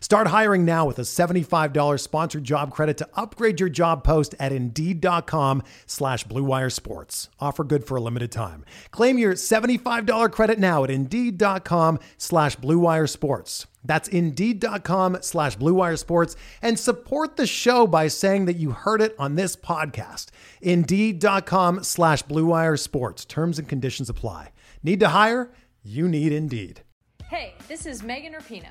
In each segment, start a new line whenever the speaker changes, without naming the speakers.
Start hiring now with a $75 sponsored job credit to upgrade your job post at Indeed.com slash Blue Wire Sports. Offer good for a limited time. Claim your $75 credit now at Indeed.com slash Blue Wire Sports. That's Indeed.com slash Blue Wire Sports. And support the show by saying that you heard it on this podcast. Indeed.com slash Blue Wire Sports. Terms and conditions apply. Need to hire? You need Indeed.
Hey, this is Megan Rapino,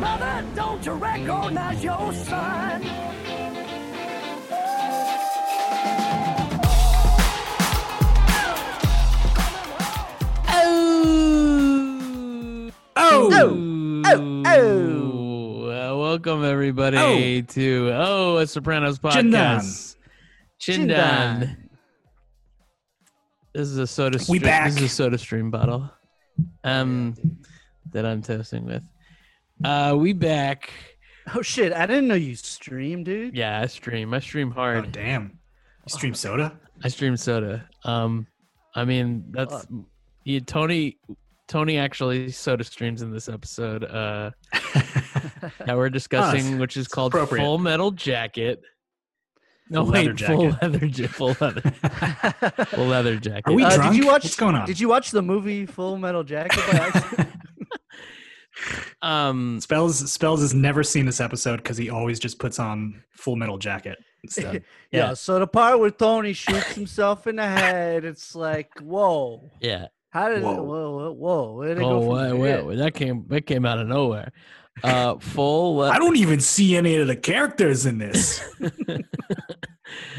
Mother, don't you recognize your son?
Oh, oh, oh, oh. welcome everybody to Oh, a Sopranos podcast. Chindan. This is a soda stream. This is a soda stream bottle. Um that I'm toasting with. Uh we back.
Oh shit! I didn't know you stream, dude.
Yeah, I stream. I stream hard.
Oh damn! You stream soda?
I stream soda. Um, I mean that's yeah, Tony. Tony actually soda streams in this episode. Uh, that we're discussing, which is called
appropriate.
Full Metal Jacket. No,
Full
wait,
leather
full
jacket.
leather, ja- full leather, full leather jacket.
Are we
Uh,
drunk?
Did you watch?
What's going on?
Did you watch the movie Full Metal Jacket? By accident?
um,
Spells Spells has never seen this episode because he always just puts on Full Metal Jacket instead.
yeah.
Yeah.
So the part where Tony shoots himself in the head, it's like, whoa!
yeah.
How did
Whoa.
whoa whoa whoa? Where did it go
Oh,
from
wait,
there?
wait, wait, that came that came out of nowhere. Uh, full. le-
I don't even see any of the characters in this.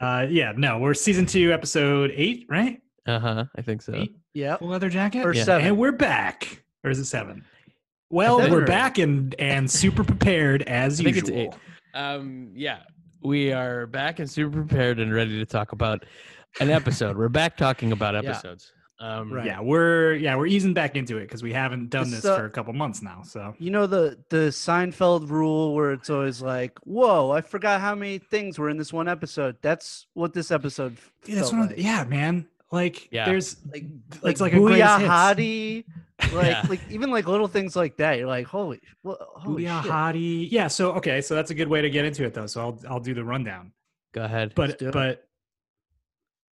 uh, yeah, no, we're season two, episode eight, right?
uh huh. I think so.
Eight,
Yep.
Full Leather Jacket,
Or Yeah. seven.
and we're back, or is it seven? Well,
think
we're
we're-
back and and super prepared as
I think
usual.
it's eight. Um, yeah, we are back and super prepared and ready to talk about an episode. we're back talking about episodes. Um,
Right.
Yeah, we're yeah we're easing back into it because we haven't done this
So-
for a couple months now. So
You know the the Seinfeld rule where it's always like, whoa! I forgot how many things were in this one episode. That's what this episode. f-
Dude, that's
felt
one of
like.
the, yeah, man. Like
Yeah.
there's
Like,
like, it's like a greatest
Booyah
hits.
Hadi, like
Yeah.
like even like little things like that. You're like, holy, wha- holy
Booyah
shit.
Hottie. Yeah, so okay, so that's a good way to get into it though. So I'll I'll do the rundown.
Go ahead.
But
do it.
but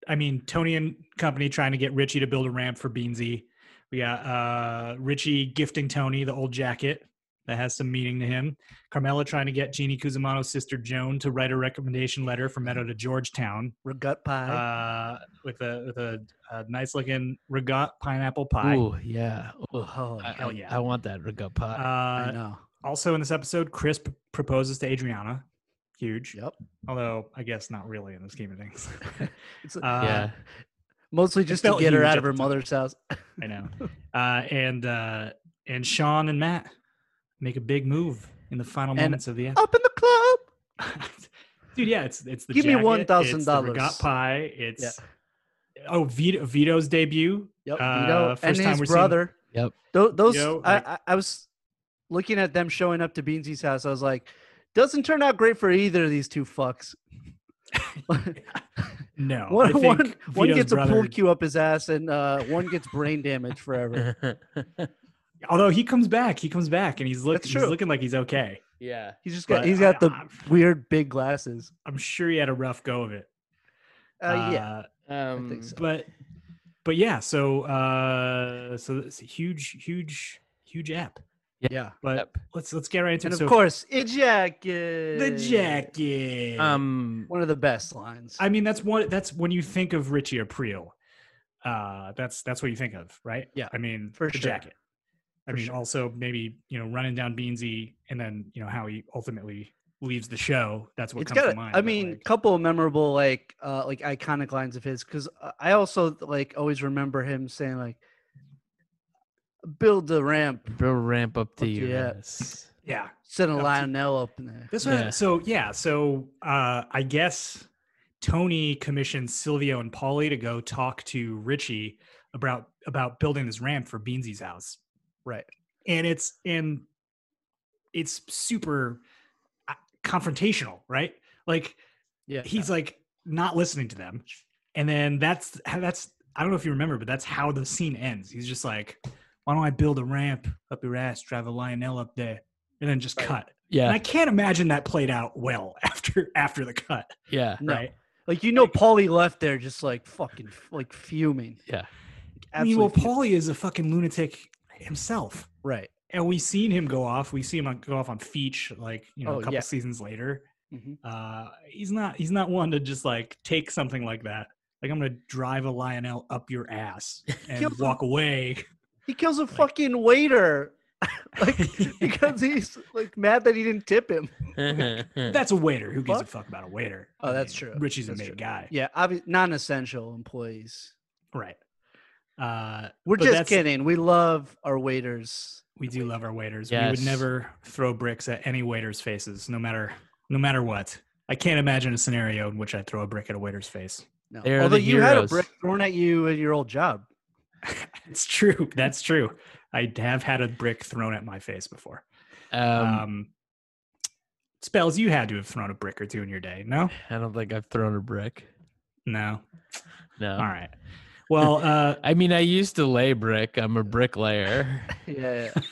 I mean Tony and company trying to get Richie to build a ramp for Beansy. We got uh Richie gifting Tony the old jacket that has some meaning to him. Carmela trying to get Jeannie Cusimano's sister Joan to write a recommendation letter for Meadow to Georgetown.
Regut pie.
Uh, with a with a, a nice looking regat pineapple pie.
Ooh, yeah. Ooh,
oh,
I,
hell
I-
yeah.
I want that riga pot.
I
Uh,
know.
also in this episode, Chris p- proposes to Adriana. Huge.
Yep.
Although I guess not really in the scheme of things.
It's a-
Uh,
yeah.
mostly just to
felt
get her
huge
out
at
of her
the time.
mother's house.
I know. Uh, and uh, and Sean and Matt make a big move in the final
And-
moments of the
Up in the club.
episode. Dude, yeah, it's it's the
Give me
jacket,
$1,000.
it's the regat pie. It's oh Vito, Vito's debut.
Yep.
Uh,
Vito
first
and
time
his
we're seeing-
brother.
Yep.
Tho- those
Yo,
I,
like-
I, I was looking at them showing up to Beansy's house. I was like, doesn't turn out great for either of these two fucks.
No, I
one,
think
one, one
Vito's
gets a pool
brother-
cue up his ass, and uh, one gets brain damage forever.
Although he comes back, he comes back, and he's, look,
That's
he's
true.
looking like he's okay.
yeah.
He's just got
But
he's
I-
got the
I'm-
weird big glasses.
I'm sure he had a rough go of it.
Uh, yeah,
Uh,
Um,
so.
but but yeah, so uh, so it's a huge, huge, huge app.
yeah.
But
Yep.
let's let's get right into
And
it.
of
So
course, ejaculate.
the jacket.
um,
One of the best lines.
I mean, that's what that's when you think of Richie Aprile. Uh, that's that's what you think of, right?
Yeah,
I mean,
for
the
sure.
jacket. I
For
mean,
sure.
also maybe you know running down Beansy, and then you know how he ultimately leaves the show. That's what
it's
comes
got.
to mind.
I
but,
mean,
like,
couple of memorable like uh like iconic lines of his because I also like always remember him saying like, "Build the ramp,
Bill ramp up to
Up to
you.
you, yeah.
Yes.
yeah,
send a
Up to-
Lionel up in there."
This one,
Yeah.
so yeah, so uh, I guess Tony commissioned Silvio and Polly to go talk to Richie about about building this ramp for Beansy's house,
Right.
and it's and it's super uh, confrontational, right? Like
Yeah,
he's like not listening to them, and then that's that's I don't know if you remember, but that's how the scene ends. He's just like, "Why don't I build a ramp up your ass, drive a Lionel up there, and then just cut." And I
Yeah.
can't imagine that played out well after after the cut,
Yeah.
No.
right?
like you know, Paulie left there just like fucking f- like fuming.
Yeah.
I mean, well,
Absolutely fuming.
Paulie is a fucking lunatic himself,
right.
and we've seen him go off. We see him on, go off on Feach, like you know,
Oh,
a couple
yeah.
seasons later.
Mhm.
Uh, he's not he's not one to just like take something like that. Like I'm gonna drive a Lionel up your ass and
Kills him.
walk away.
He kills a fucking waiter. like because he's like mad that he didn't tip him.
That's a waiter. Who gives a
Fuck?
fuck about a waiter?
Oh,
I
that's
mean,
true.
Richie's
That's
a made
true.
guy,
Yeah, obvi- non-essential employees.
right? Uh,
We're
But
just
that's-
kidding. We love our waiters.
We do love our waiters. We
Yes.
would never throw bricks at any waiters' faces, no matter no matter what. I can't imagine a scenario in which I throw a brick at a waiter's face.
No.
They are the
Although you had a
heroes.
brick thrown at you at your old job.
it's true. That's true. I have had a brick thrown at my face before. Um,
um,
spells, you had to have thrown a brick or two in your day. No,
I don't think I've thrown a brick.
no.
No.
All right. Well, uh,
I mean, I used to lay brick. I'm a bricklayer.
Yeah, yeah.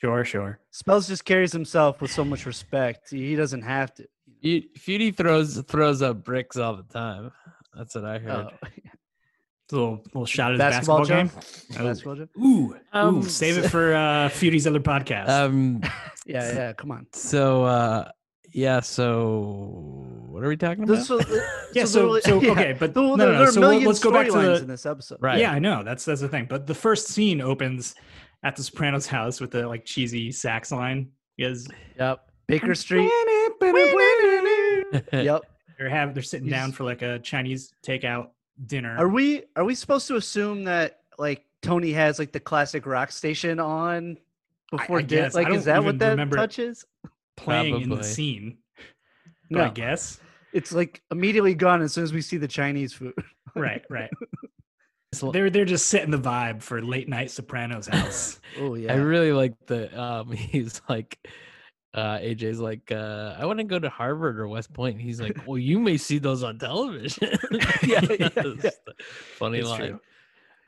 sure, sure.
Spells just carries himself with so much respect. He doesn't have to.
You, Feudy throws throws up bricks all the time. That's what I heard.
Oh,
It's a little little shot at his
basketball,
basketball,
job.
game. Oh.
Basketball job.
Ooh,
Um,
ooh, save it for uh, Feudy's other podcast.
Um.
Yeah, yeah. Come on.
So. uh Yeah. So. What are we talking about?
This- so-
yeah,
there
so,
were-
so
yeah,
okay, but
there-
no,
there-
no, no.
there are
so let-
million
let's go back to
storylines
the
in this episode.
right.
Yeah, I know. That's that's the thing. But the first scene opens at the Sopranos house with the like cheesy sax line. Because
Yep. Baker Street. yep.
they're have they're sitting down
Yes.
for like a Chinese takeout dinner.
Are we are we supposed to assume that like Tony has like the classic rock station on before
I
dinner?
guess. I
Like, is
don't
that
even
what that
remember-
touches?
playing in the
Probably.
scene? But I
No,
guess.
it's like immediately gone as soon as we see the Chinese food.
Right, right. They're they're just setting the vibe for late night Sopranos house.
Oh yeah,
I really like the um he's like uh AJ's like uh I want to go to Harvard or West Point and he's like, Well you may see those on television.
Yeah, yeah,
That's
yeah.
the Funny
It's
line.
true.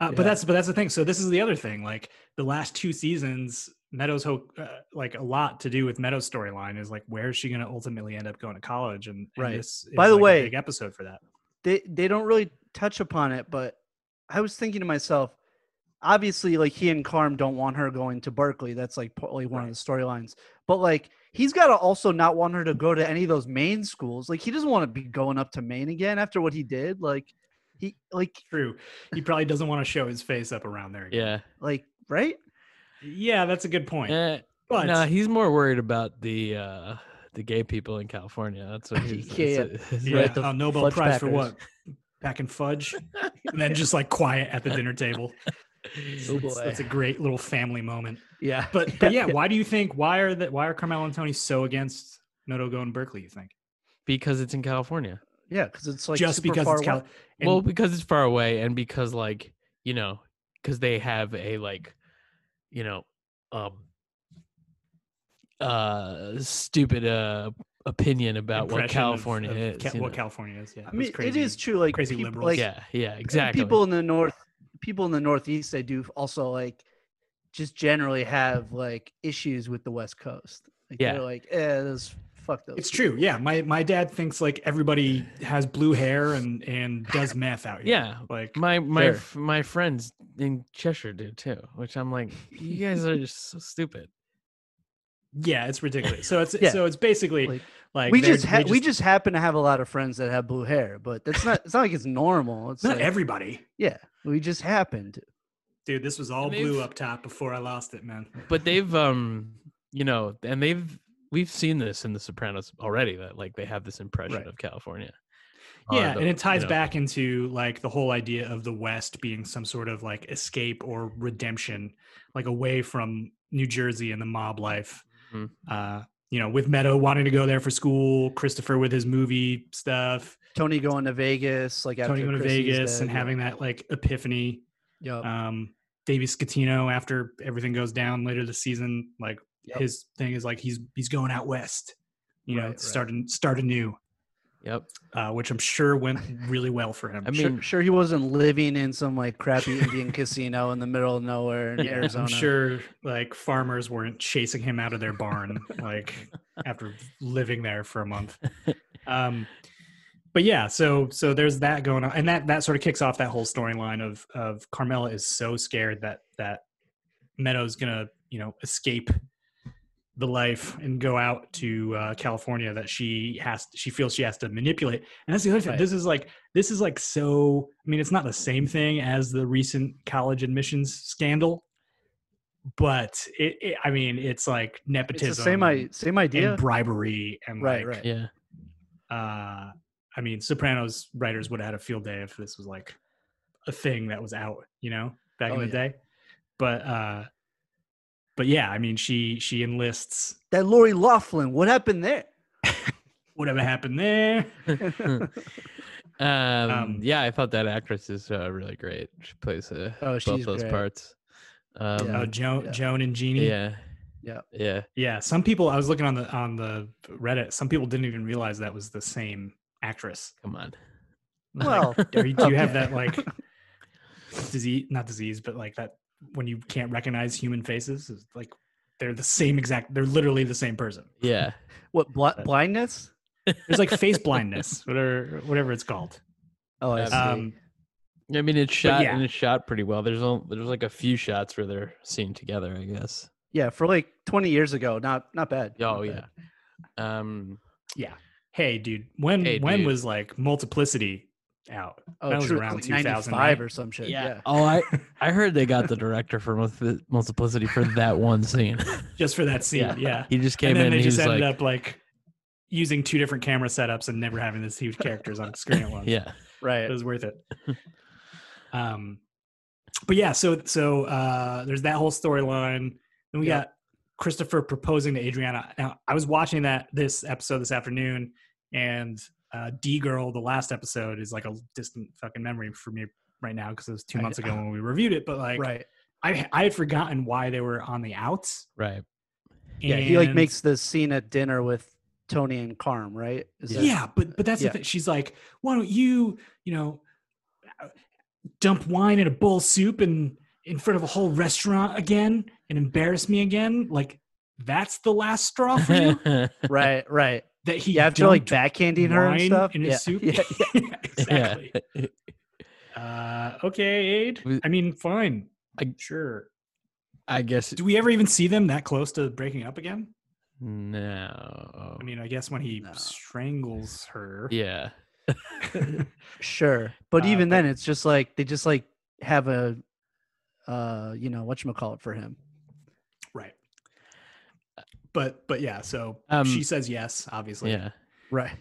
Uh,
Yeah.
But that's but that's the thing. So this is the other thing. Like the last two seasons, Meadows ho- uh, like a lot to do with Meadows' storyline is like where is she going to ultimately end up going to college? And, and
Right.
this is
By the
like, a
way-
big episode for that.
they they don't really touch upon it, but I was thinking to myself, obviously, like he and Carm don't want her going to Berkeley. That's like probably one
Right.
of the storylines. But like he's got to also not want her to go to any of those Maine schools. Like he doesn't want to be going up to Maine again after what he did. Like he like
True. He probably doesn't want to show his face up around there. again.
Yeah.
like right.
Yeah, that's a good point.
Eh,
but
no, he's more worried about the uh the gay people in California. That's what he's
Yeah, yeah.
that's what-
yeah,
right, the
uh, Nobel
fudge
Prize for
packers.
what? Pack and fudge, and then just like quiet at the dinner table.
Oh
It's-
boy.
That's a great little family moment.
Yeah.
But but yeah, why do you think why are that why are Carmelo and Tony so against Noto going to Berkeley? You think?
because it's in California.
Yeah, because it's like
just
super
because
far
it's Cal-
away.
and-
well, because it's far away and because like, you know, because they have a like, you know, um uh stupid uh opinion about what
impression of-
California
of
is.
Ca-
you
what
know?
California is. Yeah,
I
those
mean, it
crazy-
is true. Like
crazy
people,
liberals.
like,
yeah, yeah,
and
exactly.
People in the north, people in the northeast, they do also like just generally have like issues with the West Coast. Like,
Yeah.
they're like, eh, those fuck those.
It's true. Yeah, my my dad thinks like everybody has blue hair and and does meth out here.
Yeah,
like
my my
Sure.
f- my friends in Cheshire do too, which I'm like, you guys are just so stupid.
yeah, it's ridiculous. So it's
Yeah.
so it's basically like,
Like, we
they're-
just, ha-
they
we just happen to have a lot of friends that have blue hair, but that's not. It's not like it's normal. It's
not
like,
everybody.
Yeah, we just happened.
Dude, this was all
And they've-
blue up top before I lost it, man.
But they've um, you know, and they've we've seen this in The Sopranos already that like they have this impression
Right.
of California.
Oh,
Uh,
Yeah,
the-
and it ties
you know,
back into like the whole idea of the West being some sort of like escape or redemption, like away from New Jersey and the mob life.
Mm-hmm.
Mhm.
Uh, you know, with Meadow wanting to go there for school, Christopher with his movie stuff,
Tony going to Vegas, like after
Tony going to
Chrissy's
Vegas
dead,
and
yeah.
having that like epiphany.
Yup.
Um, Davey Scatino after everything goes down later this season, like
Yep.
his thing is like he's he's going out west, you
Right,
know, to
right.
start and start anew,
Yep.
uh, which I'm sure went really well for him.
I
Sure-
mean,
sure, he wasn't living in some like crappy Indian casino in the middle of nowhere in
Yeah,
Arizona.
I'm sure like farmers weren't chasing him out of their barn like after living there for a month. Um but yeah, so so there's that going on and that that sort of kicks off that whole storyline of of Carmela is so scared that that Meadows going to, you know, escape the life and go out to uh, California that she has she feels she has to manipulate. And that's the other thing.
Right.
This is like this is like so I mean it's not the same thing as the recent college admissions scandal, but it, it I mean it's like
It's
nepotism
the same i same idea.
and bribery and
Right,
like,
right.
yeah.
uh I mean Sopranos writers would have had a field day if this was like a thing that was out, you know, back
Oh,
in the
yeah.
day. But uh but yeah, I mean she she enlists
that Lori Laughlin, what happened there?
whatever happened there.
um,
Um,
yeah, I thought that actress is uh, really great. She plays uh,
Oh,
both
she's
those
great.
parts. Um,
Oh,
yeah.
Yeah.
Joan
yeah.
Joan and Jeannie.
yeah,
Yeah.
yeah,
Yeah, some people I was looking on the on the Reddit. Some people didn't even realize that was the same actress.
Come on,
Well,
Or you- do you have
Okay.
that like disease? Not disease, but like that when you can't recognize human faces. It's like they're the same exact. They're literally the same person.
yeah.
what bl- blindness?
There's like face blindness, whatever whatever it's called.
Oh, I
Um,
see.
Um,
I mean, it's shot
yeah.
and it's shot pretty well. There's only there's like a few shots where they're seen together, I guess.
yeah, for like 20 years ago, not not bad.
Oh
not
yeah.
bad.
Um,
yeah. Hey, dude. When
Hey,
when
dude.
was like multiplicity out?
Oh,
That was
true.
around
like
2000,
95
right?
or some shit.
yeah.
Yeah.
Oh, I I heard they got the director for Multi- Multiplicity for that one scene.
Just for that scene.
Yeah.
yeah.
he just came
and then
in.
they
and he
just
was
ended
like,
up like using two different camera setups and never having this huge characters on screen at once.
yeah,
it
Right.
was worth it. Um, but yeah, so so uh, there's that whole storyline. Then we
Yeah.
got Christopher proposing to Adriana. Now I was watching that this episode this afternoon, and uh, D Girl, the last episode, is like a distant fucking memory for me right now because it was two
I-
months ago when we reviewed it. But like,
right.
I I had forgotten why they were on the outs.
right.
Yeah, he like
and-
makes the scene at dinner with Tony and Carm, right? Is that-
yeah, but but that's
Yeah.
the thing. She's like, why don't you, you know, dump wine in a bowl of soup and in front of a whole restaurant again and embarrass me again? Like that's the last straw Oh, for you
Right, right.
that he
Yeah, after like
dumped
backhanding her and
wine
stuff.
in his
yeah.
soup.
yeah.
exactly. Uh, okay, Aid.
We-
I mean, fine.
I-
sure.
I guess
Do we ever even see them that close to breaking up again?
no.
I mean, I guess when he
No.
strangles her.
yeah.
Sure. But
Uh,
even
but-
then it's just like they just like have a uh you know, whatchamacallit for him.
Right. But but yeah, so
Um,
she says yes, obviously.
yeah.
Right.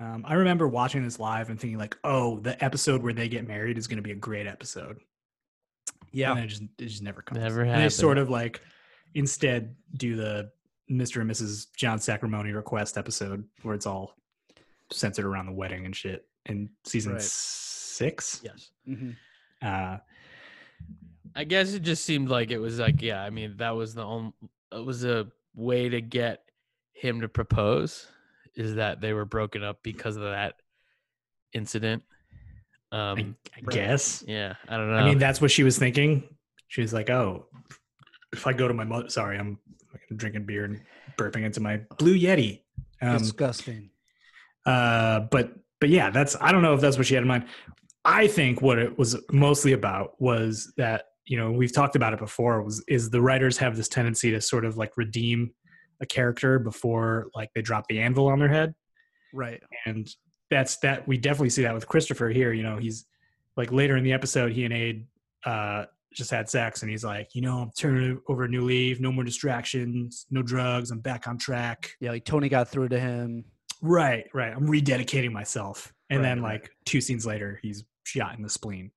Um, I remember watching this live and thinking like, oh, the episode where they get married is going to be a great episode.
Yeah.
And then it just it just never comes.
Never
And They sort
happened.
of like instead do the Mr. and Mrs. John Sacramone request episode where it's all centered around the wedding and shit in season
Right.
six.
Yes.
Mhm.
Uh,
I guess it just seemed like it was like, yeah, I mean, that was the only, it was a way to get him to propose is that they were broken up because of that incident. Um,
I guess.
yeah, I don't know.
I mean, that's what she was thinking. She was like, "Oh, if I go to my mother, sorry, I'm fucking drinking beer and burping into my blue Yeti." Um,
Disgusting.
uh, but but yeah, that's I don't know if that's what she had in mind. I think what it was mostly about was that you know we've talked about it before. Was is the writers have this tendency to sort of like redeem a character before like they drop the anvil on their head
Right.
and that's that we definitely see that with christopher here you know he's like later in the episode he and aid uh just had sex and he's like you know i'm turning over a new leaf no more distractions no drugs i'm back on track
Yeah, like Tony got through to him.
right right i'm rededicating myself and
Right,
then
right.
like two scenes later he's shot in the spleen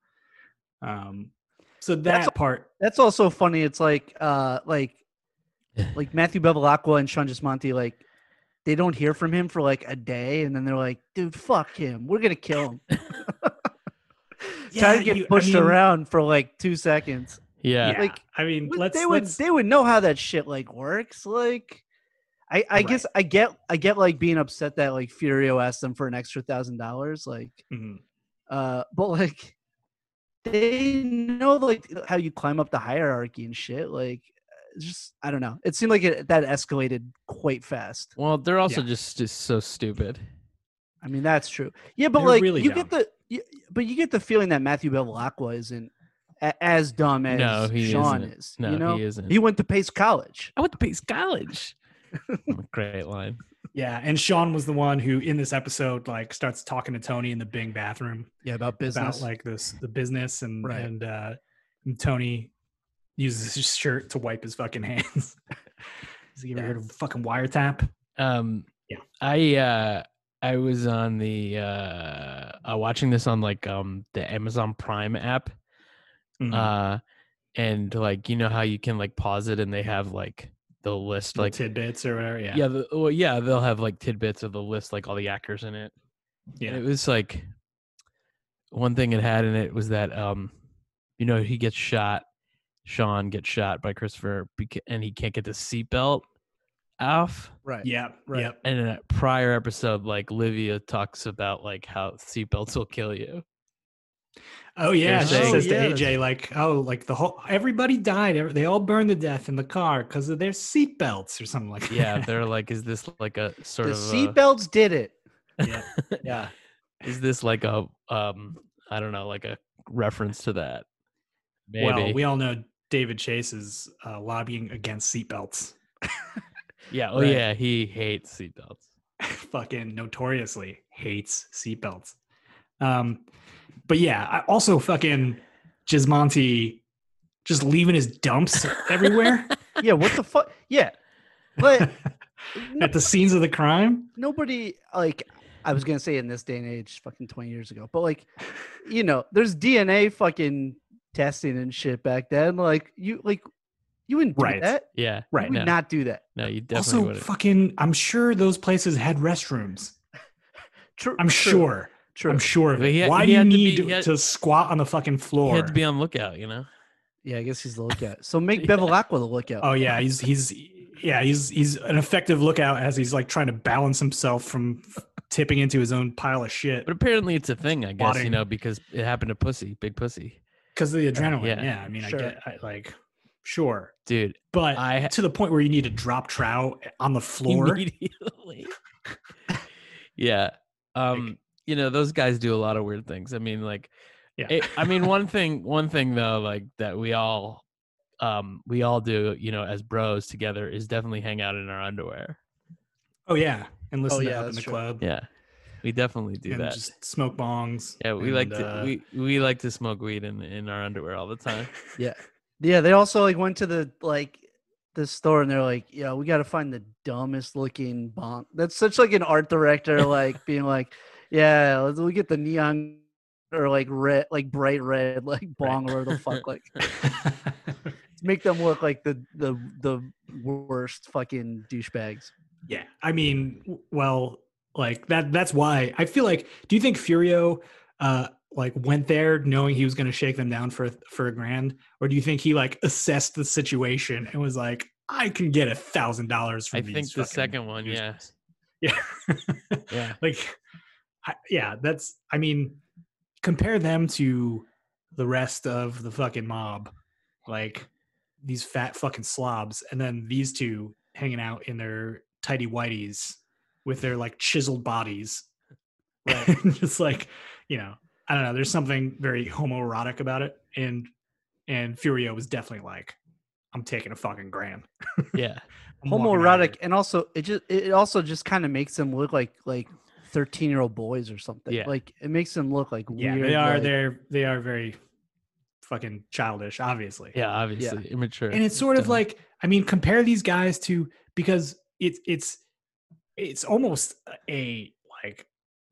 um so that
That's-
part
That's also funny. It's like uh like like Matthew Bevilacqua and Sean Gismonti, like they don't hear from him for like a day and then they're like, dude, fuck him. We're gonna kill him. Try
Yeah,
to get
you- I
pushed
mean-
around for like two seconds.
yeah.
yeah,
like,
i mean
Well,
let's
they would
let's-
they would know how that shit like works. Like I, I guess I get I get like being upset that like Furio asked them for an extra thousand dollars. Like
Mhm.
uh but like they know like how you climb up the hierarchy and shit. Like it's just I don't know. It seemed like it, that escalated quite fast.
Well, they're also
Yeah.
just, just so stupid.
I mean that's true. Yeah, but
They're
like
really
you
dumb.
get the you, but you get the feeling that Matthew Bevilacqua isn't a- as dumb as
no, he
Sean
isn't.
is.
No,
you know?
he isn't.
he went to Pace College.
I went to Pace College. Great line.
yeah and sean was the one who in this episode like starts talking to tony in the bing bathroom
Yeah, about business.
about like this the business and
Right.
and uh and Tony uses his shirt to wipe his fucking hands. Has he ever
Yeah.
heard of fucking wiretap?
Um,
Yeah.
I uh, I was on the uh, uh, watching this on like um the Amazon Prime app.
Hmm. Mm-hmm.
Uh, and like you know how you can like pause it and they have like the list like
like tidbits or whatever. Yeah.
yeah the, well yeah they'll have like tidbits of the list like all the actors in it. And
Yeah.
it was like one thing it had in it was that um you know he gets shot sean gets shot by christopher beca- and he can't get the seatbelt off
right.
Yeah.
Right.
Yep.
and in a prior episode like livia talks about like how seatbelts will kill you
Oh yeah.
They're
She
saying-
says
Oh, yeah,
to AJ, like, oh, like the whole everybody died. every- They all burned to death in the car because of their seatbelts or something like that.
yeah they're like is this like a
The
sort of uh, a-
seatbelts did it.
yeah. Yeah.
is this like a um i don't know like a reference to that maybe
Well, we all know David Chase is uh, lobbying against seatbelts.
yeah oh
right.
yeah he hates seatbelts
fucking notoriously hates seatbelts. Um, but yeah, I also fucking Gismonti just leaving his dumps everywhere
Yeah, what the fuck? Yeah. But no-
at the scenes of the crime.
nobody like I was gonna say in this day and age, fucking twenty years ago, but like, you know, there's DNA fucking testing and shit back then. Like you like you wouldn't do
Right.
that.
yeah
Right.
You would
no,
not do that.
no you definitely
Also,
wouldn't
fucking, I'm sure those places had restrooms.
True.
I'm
true,
sure.
True.
I'm sure of
But
it.
he had- he
Why do you
had to
need
be- he had-
to squat on the fucking floor?
He had to be on lookout, you know.
Yeah, I guess he's the lookout. So make
Yeah.
Bevilacqua the lookout.
oh yeah, he's he's yeah he's he's an effective lookout as he's like trying to balance himself from tipping into his own pile of shit.
But apparently, it's a thing, I guess, you
Spotting.
know, because it happened to Pussy, Big Pussy,
because of the adrenaline.
yeah,
Yeah, I mean,
sure.
I get I, like sure,
dude.
but
I
to the point where you need to drop trow on the floor.
immediately. yeah, um,
Like-
you know, those guys do a lot of weird things. I mean, like,
Yeah.
it- I mean, one thing, one thing though, like that we all, um, we all do, you know, as bros together, is definitely hang out in our underwear.
oh yeah, and listen
yeah,
to up in
that's
the
true.
club.
Yeah, we definitely do
and
that.
just smoke bongs.
yeah, we like
and,
to
uh,
we we like to smoke weed in in our underwear all the time.
Yeah. Yeah. They also like went to the like the store and they're like, yeah, we gotta find the dumbest looking bonk. That's such like an art director like being like, Yeah, let's we get the neon or like red like bright red like bong or whatever the fuck like make them look like the the the worst fucking douchebags.
yeah, I mean, w- well, like that. That's why I feel like. Do you think Furio? Uh, like went there knowing he was going to shake them down for for a grand or do you think he like assessed the situation and was like i can get a thousand dollars from
I
these
think the
fucking
second one, yeah.
douchebags." Yeah.
Yeah.
like, I, yeah, that's, I mean, compare them to the rest of the fucking mob. Like, these fat fucking slobs. And then these two hanging out in their tidy whities with their like chiseled bodies. Right. Just like, you know, I don't know. There's something very homoerotic about it. And, and Furio was definitely like, I'm taking a fucking gram.
Yeah.
I'm walking out of
homoerotic,
here."
and also it just it also just kind of makes them look like like thirteen year old boys or something.
Yeah.
Like it makes them look like
Yeah,
weird.
they are.
like-
They're they are very fucking childish, obviously.
Yeah. Obviously immature.
and it's sort of
dumb.
like I mean, compare these guys to because it's it's it's almost a like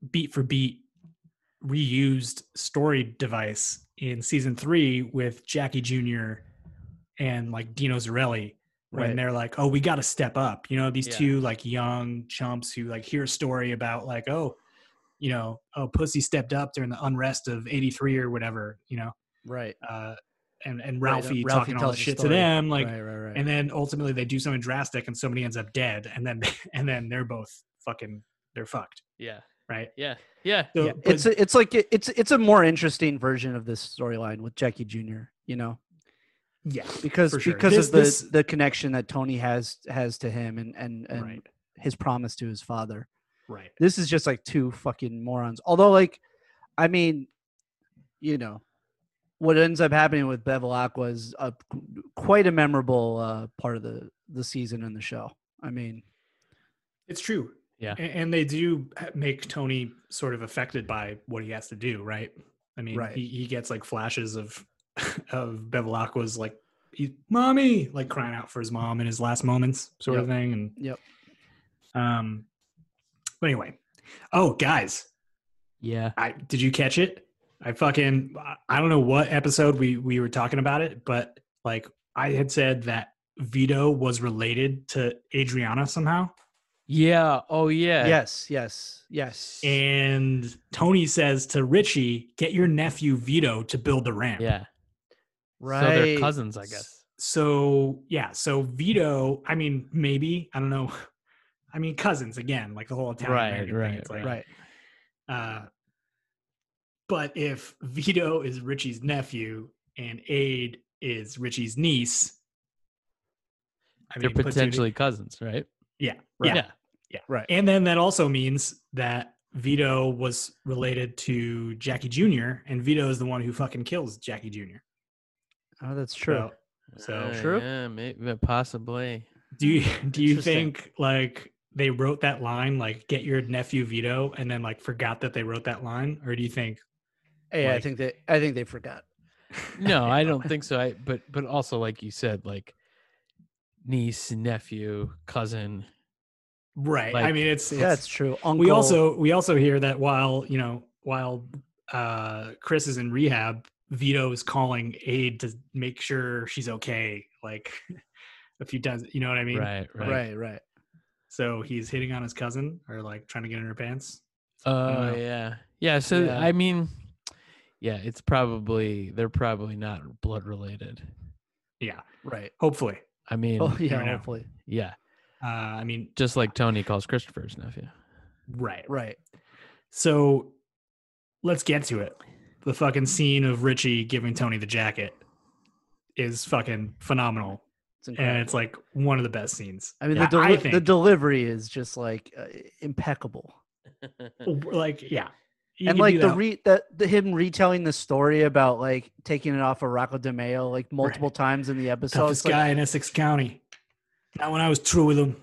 beat for beat reused story device in season three with Jackie Jr. and like Dino Zarelli when
Right.
they're like, oh, we got to step up. You know, these
Yeah.
two like young chumps who like hear a story about like, oh, you know, oh, pussy stepped up during the unrest of '83 or whatever. You know,
right.
uh, and and
Right, uh,
Ralphie,
Ralphie
talking all
tells
this
the
shit
story.
to them, like,
right, right, right.
and then ultimately they do something drastic, and somebody ends up dead, and then and then they're both fucking they're fucked,
yeah.
right?
Yeah. Yeah.
So,
yeah,
but-
it's a, it's like it's it's a more interesting version of this storyline with Jackie Jr. You know,
yeah,
because
for sure.
because
This-
of the
this-
the connection that Tony has has to him and and and
right,
his promise to his father.
right.
This is just like two fucking morons. Although, like, I mean, you know, what ends up happening with Bevel Aqua is a, quite a memorable uh, part of the the season and the show. I mean,
It's true.
Yeah.
A- and, they do ha- make Tony sort of affected by what he has to do, right? I mean,
Right.
He, he gets like flashes of of Bevilacqua's like, he, "Mommy!" like crying out for his mom in his last moments, sort of thing, and
Yep.
Um, but anyway, oh guys,
Yeah.
I did you catch it? I fucking I- I don't know what episode we we were talking about it, but like I had said that Vito was related to Adriana somehow.
Yeah. Oh yeah.
yes, yes, yes.
And Tony says to Richie, get your nephew Vito to build the ramp.
Yeah.
right.
So they're cousins, I guess.
So, yeah. So, Vito, I mean, maybe, I don't know. I mean, cousins again, like the whole Italian
Right,
American
right,
thing. It's like,
Right.
Uh, but if Vito is Richie's nephew and Aid is Richie's niece, I
They're
mean, Platoon-
potentially cousins, right?
yeah,
Right.
yeah,
Yeah.
Right.
And then that also means that Vito was related to Jackie Jr. and Vito is the one who fucking kills Jackie Jr.
Oh, that's true.
So, So-
Uh,
True.
Yeah, maybe possibly.
do you do you
Interesting.
think like they wrote that line like get your nephew Vito and then like forgot that they wrote that line or do you think
Hey, I
Like-
think they I think they forgot.
No, I don't think so. I but but also like you said, like niece, nephew, cousin.
right I
Like-
mean it's, it's
That's true. Uncle,
we also we also hear that while you know while uh Chris is in rehab Vito is calling aid to make sure she's okay like a few times you know what I mean
right. Right.
right, right.
so he's hitting on his cousin or like trying to get in her pants don't
Oh
know.
yeah. Yeah. So
Yeah.
I mean, yeah, it's probably they're probably not blood related.
yeah
Right.
hopefully
I mean,
Oh
never
yeah,
know.
hopefully.
yeah,
uh I mean
just like Tony calls Christopher's nephew.
right
Right.
So let's get to it. The fucking scene of Richie giving Tony the jacket is fucking phenomenal.
It's incredible.
And it's like one of the best scenes.
I mean,
Yeah,
the, deli-
I
the
think,
delivery is just like uh, impeccable,
like, yeah. You
and
could do
like the
that-
re that the, him retelling the story about like taking it off of Rocco De Mayo like multiple times in the episode,
toughest
it's like-
guy in Essex County. Not when I was true with him.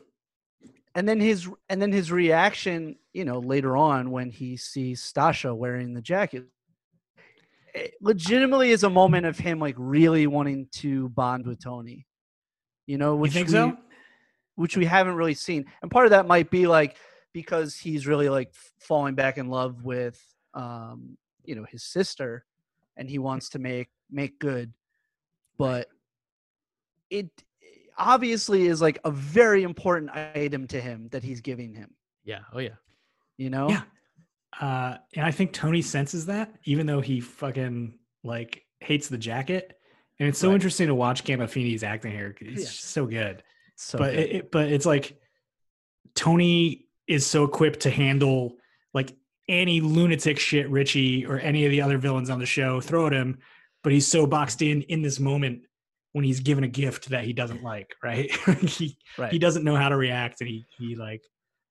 and then his and then his reaction, you know, later on when he sees Stasha wearing the jacket, it legitimately is a moment of him like really wanting to bond with Tony, you know,
You
which
think
we,
so?
which we haven't really seen. And part of that might be like because he's really like f- falling back in love with um, you know, his sister and he wants to make make good. But it obviously is like a very important item to him that he's giving him,
Yeah. Oh yeah.
you know?
Yeah. Uh, and I think Tony senses that, even though he fucking like hates the jacket. And it's so
Right.
interesting to watch Gandolfini's acting here. It's
Yeah.
so good.
So
but
good.
it, it- but it's like Tony is so equipped to handle like any lunatic shit Richie or any of the other villains on the show throw at him, but he's so boxed in in this moment when he's given a gift that he doesn't like, right? he
Right.
he doesn't know how to react, and he he like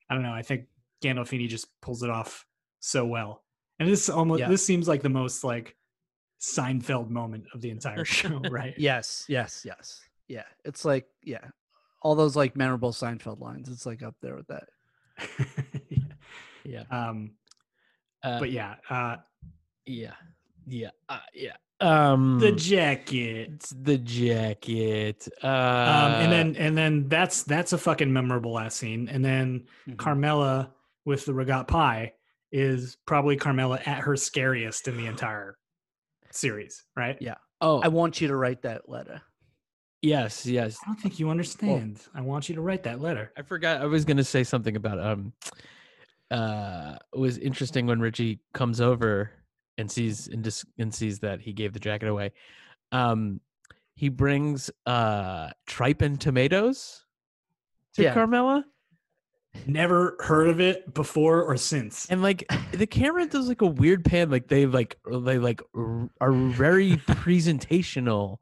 I don't know. I think Gandolfini just pulls it off so well, and this almost
Yeah.
this seems like the most like Seinfeld moment of the entire show, right?
Yes, yes, yes. Yeah. It's like, yeah. All those like memorable Seinfeld lines. It's like up there with that.
Yeah.
um,
Uh,
but yeah, uh,
yeah. Yeah. Uh, yeah. Um
the jacket.
it's the jacket. Uh
um, and then and then that's that's a fucking memorable last scene. And then
Mhm.
Carmela with the regat pie is probably Carmela at her scariest in the entire series, right?
Yeah.
oh
I want you to write that letter.
yes, yes.
I don't think you understand. I want you to write that letter.
I forgot I was gonna say something about um uh it was interesting when Richie comes over and sees and, dis- and sees that he gave the jacket away. Um he brings uh tripe and tomatoes to
Yeah.
Carmela.
Never heard of it before or since.
and like the camera does like a weird pan like they like they like r- are very presentational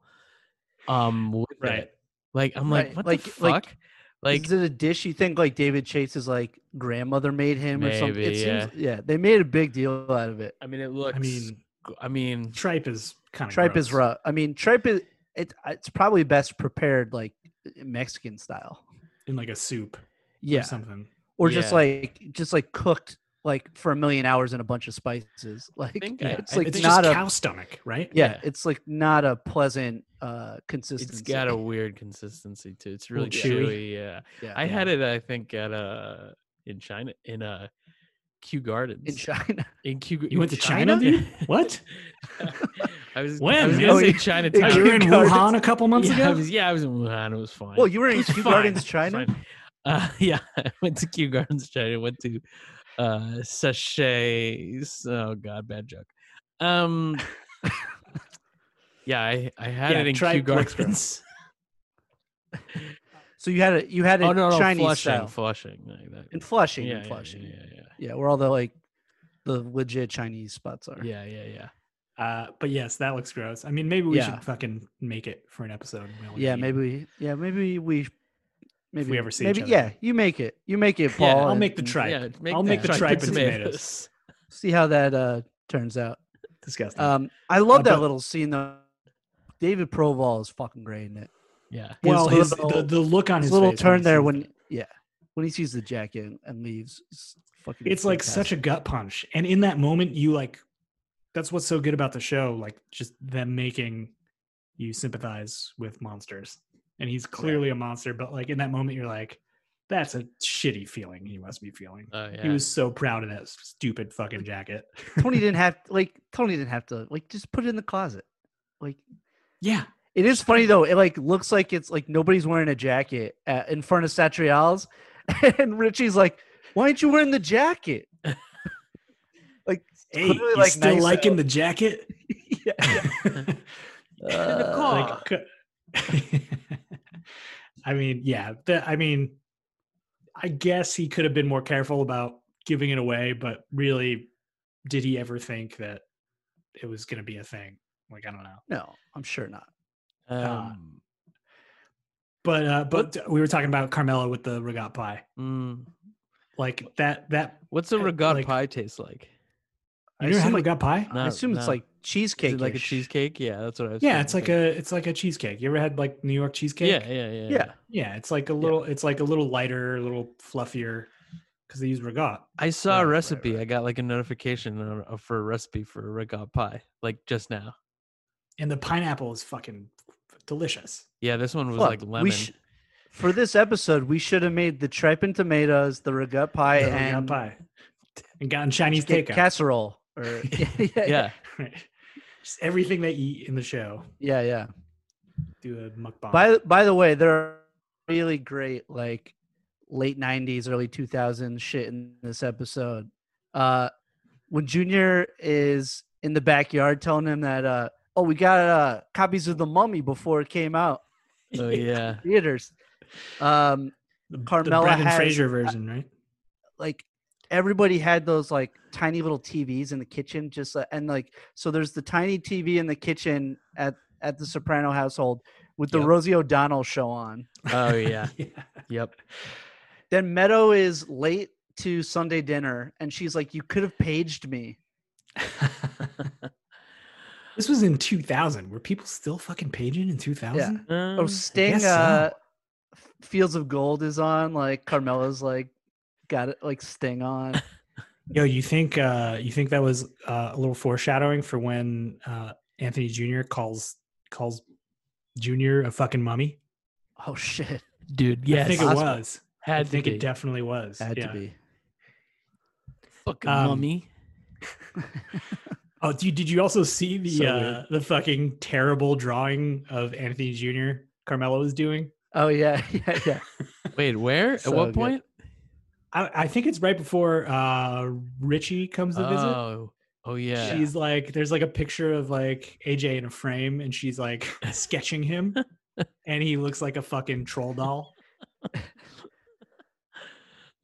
um with
Right.
it. like i'm like
Right,
what
like-
the fuck
like-
like, like
is it a dish you think like David Chase's like grandmother made him or something?
Maybe, yeah.
yeah, they made a big deal out of it.
i mean it looks
I mean,
i mean
tripe is kind of
tripe is rough. I mean, tripe is it, uh, it's probably best prepared like Mexican style.
in like a soup or
Yeah,
something.
or just
Yeah.
like just like cooked like for a million hours in a bunch of spices. Like
think I-
it's
I-
like
It's
not
just
a
cow stomach, right?
yeah,
yeah.
it's like not a pleasant uh consistency.
it's got a weird consistency too it's really
Little chewy.
chewy. yeah
yeah.
i had it i think at uh in china in uh Kew Gardens
in China.
in Kew.
You went to China, dude? What?
I was I
When?
was
Oh,
gonna
you-
say
you
Chinatown.
you were in
Gardens.
Wuhan a couple months
yeah,
ago.
I was, yeah, I was in Wuhan. It was fine.
Well, you were in
It's
Kew
fine,
Gardens,
it's
China.
fine. Uh, yeah, I went to Kew Gardens, China. Went to uh, sachets. Oh God, bad joke. Um, yeah, I, I had
Yeah,
it in Kew
tripe looks gross.
Gardens.
So you had it. You had it
Oh no, no,
Chinese
Flushing,
style
Flushing, like that.
in Flushing.
yeah,
in
yeah,
Flushing.
Yeah,
Yeah,
yeah,
where all the like the legit Chinese spots are.
yeah, yeah, yeah, yeah.
Uh, but yes, that looks gross. I mean, maybe we
Yeah.
should fucking make it for an episode. and we only
Yeah,
eat-
maybe we. Yeah, maybe we. Maybe
we ever see each
maybe,
other.
Yeah, you make it. You make it, Paul.
Yeah,
I'll
and-
make the
and
tripe.
Yeah, make
I'll
that
make the tripe and tomatoes.
See how that uh turns out.
Disgusting.
Um, I love
Uh,
that
but-
little scene though. David Provol is fucking great in it.
yeah,
well, his, the,
little-
the look on
His
his
little
face
turn
he
there
sees
when
that.
yeah, when he sees the jacket and, and leaves. It's fucking.
it's like such a gut punch, and in that moment, you like. That's what's so good about the show, like just them making you sympathize with monsters, and he's clearly a monster, but like in that moment, you're like, that's a shitty feeling he must be feeling.
Oh, yeah.
He was so proud of that stupid fucking jacket.
Tony didn't have like Tony didn't have to like just put it in the closet. Like
yeah,
It is funny though. It like looks like it's like nobody's wearing a jacket uh, in front of Satrial's, and Richie's like, "Why aren't you wearing the jacket?"
hey,
clearly,
you
like,
still
nice
liking
out.
the jacket?
Uh,
Like, c- I mean, yeah. The, I mean, I guess he could have been more careful about giving it away, but really, did he ever think that it was going to be a thing? Like, I don't know.
no, I'm sure not.
Um,
But uh, but we were talking about Carmela with the regat pie,
mm,
like that that.
what's a
Uh,
regatta
like-
pie taste like?
You
I
never had
assume,
a
like,
regat pie?
I
No,
assume it's
no.
like
Is
cheesecake,
it like a cheesecake? Yeah, that's what I was. thinking,
Yeah, it's like a it's like a cheesecake. You ever had like New York cheesecake?
Yeah, yeah, yeah.
Yeah.
Yeah, it's like a little it's like a little lighter, a little fluffier because they use regat.
I saw
Right,
a
right,
recipe.
right.
I got like a notification on, uh, for a recipe for a ricotta pie, like just now.
And the pineapple is fucking delicious.
Yeah, this one was
Fuck,
like
we
lemon.
sh- For this episode, we should have made the tripe and tomatoes, the regut pie,
The regat
and
"Oh, pie. And gotten Chinese
ca-
takeout.
casserole. Or yeah, yeah, yeah,
yeah,
Right. Just everything they eat in the show.
yeah, yeah.
Do a mukbang.
By th- by the way, there are really great like late '90s, early 2000s shit in this episode. Uh, when Junior is in the backyard telling him that, uh, "Oh, we got uh, copies of the Mummy before it came out
oh yeah.
theaters." Um,
the, the
Carmella
Brendan
has-
Fraser version, right?
like everybody had those like tiny little TVs in the kitchen, just uh, and like so. There's the tiny TV in the kitchen at at the Soprano household with the
Yep.
Rosie O'Donnell show on.
Oh yeah.
Yeah.
yep.
Then Meadow is late to Sunday dinner, and she's like, "You could have paged me."
This was in 2000. Were people still fucking paging in 2000?
Oh,
Um,
Sting
Mm, so.
uh, F- Fields of Gold is on. Like Carmela's like got it like Sting on.
Yo, you think uh you think that was uh, a little foreshadowing for when uh Anthony Jr. calls calls Junior a fucking mummy?
Oh shit,
dude.
Yeah,
Yes.
I think it
Possible.
was. I
Had to
think
be.
it definitely was.
had
yeah.
to be.
Fucking
Um,
mummy.
Oh, dude, did you also see the
So
uh, the fucking terrible drawing of Anthony Jr. Carmelo was doing?
Oh yeah, yeah, yeah.
Wait, where?
so
At what
good.
point?
I, I think it's right before uh Richie comes to visit.
Oh. Oh yeah.
She's like, there's like a picture of like AJ in a frame, and she's like sketching him, and he looks like a fucking troll doll.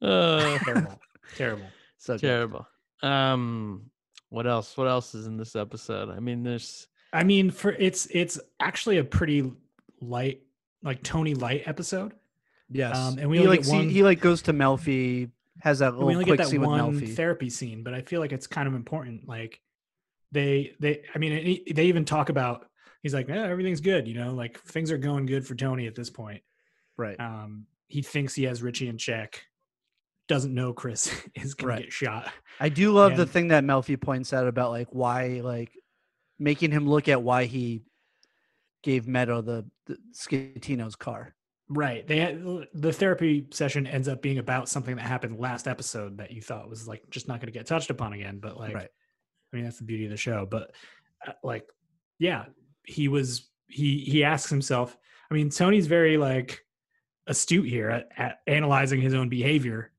Uh,
terrible, terrible.
So good.
terrible. Um. What else? What else is in this episode? I mean, there's.
I mean, for it's it's actually a pretty light, like Tony Light episode.
Yes.
Um, and we
he
only
like
get
see-
one-
he like goes to Melfi, has that
And we
little
only
quick
get that
scene with
one
Melfi.
therapy scene, but I feel like it's kind of important. Like they they, I mean, it, they even talk about. He's like, yeah, everything's good, you know, like things are going good for Tony at this point.
right.
Um, he thinks he has Richie in check. Doesn't know Chris is gonna
Right.
get shot.
I do love the
and-
thing that Melfi points out about like why like making him look at why he gave Meadow the, the Scatino's car.
Right. They had, the therapy session ends up being about something that happened last episode that you thought was like just not going to get touched upon again. But like,
Right.
I mean, that's the beauty of the show. But uh, like, yeah, he was he he asks himself. I mean, Tony's very like astute here at, at analyzing his own behavior,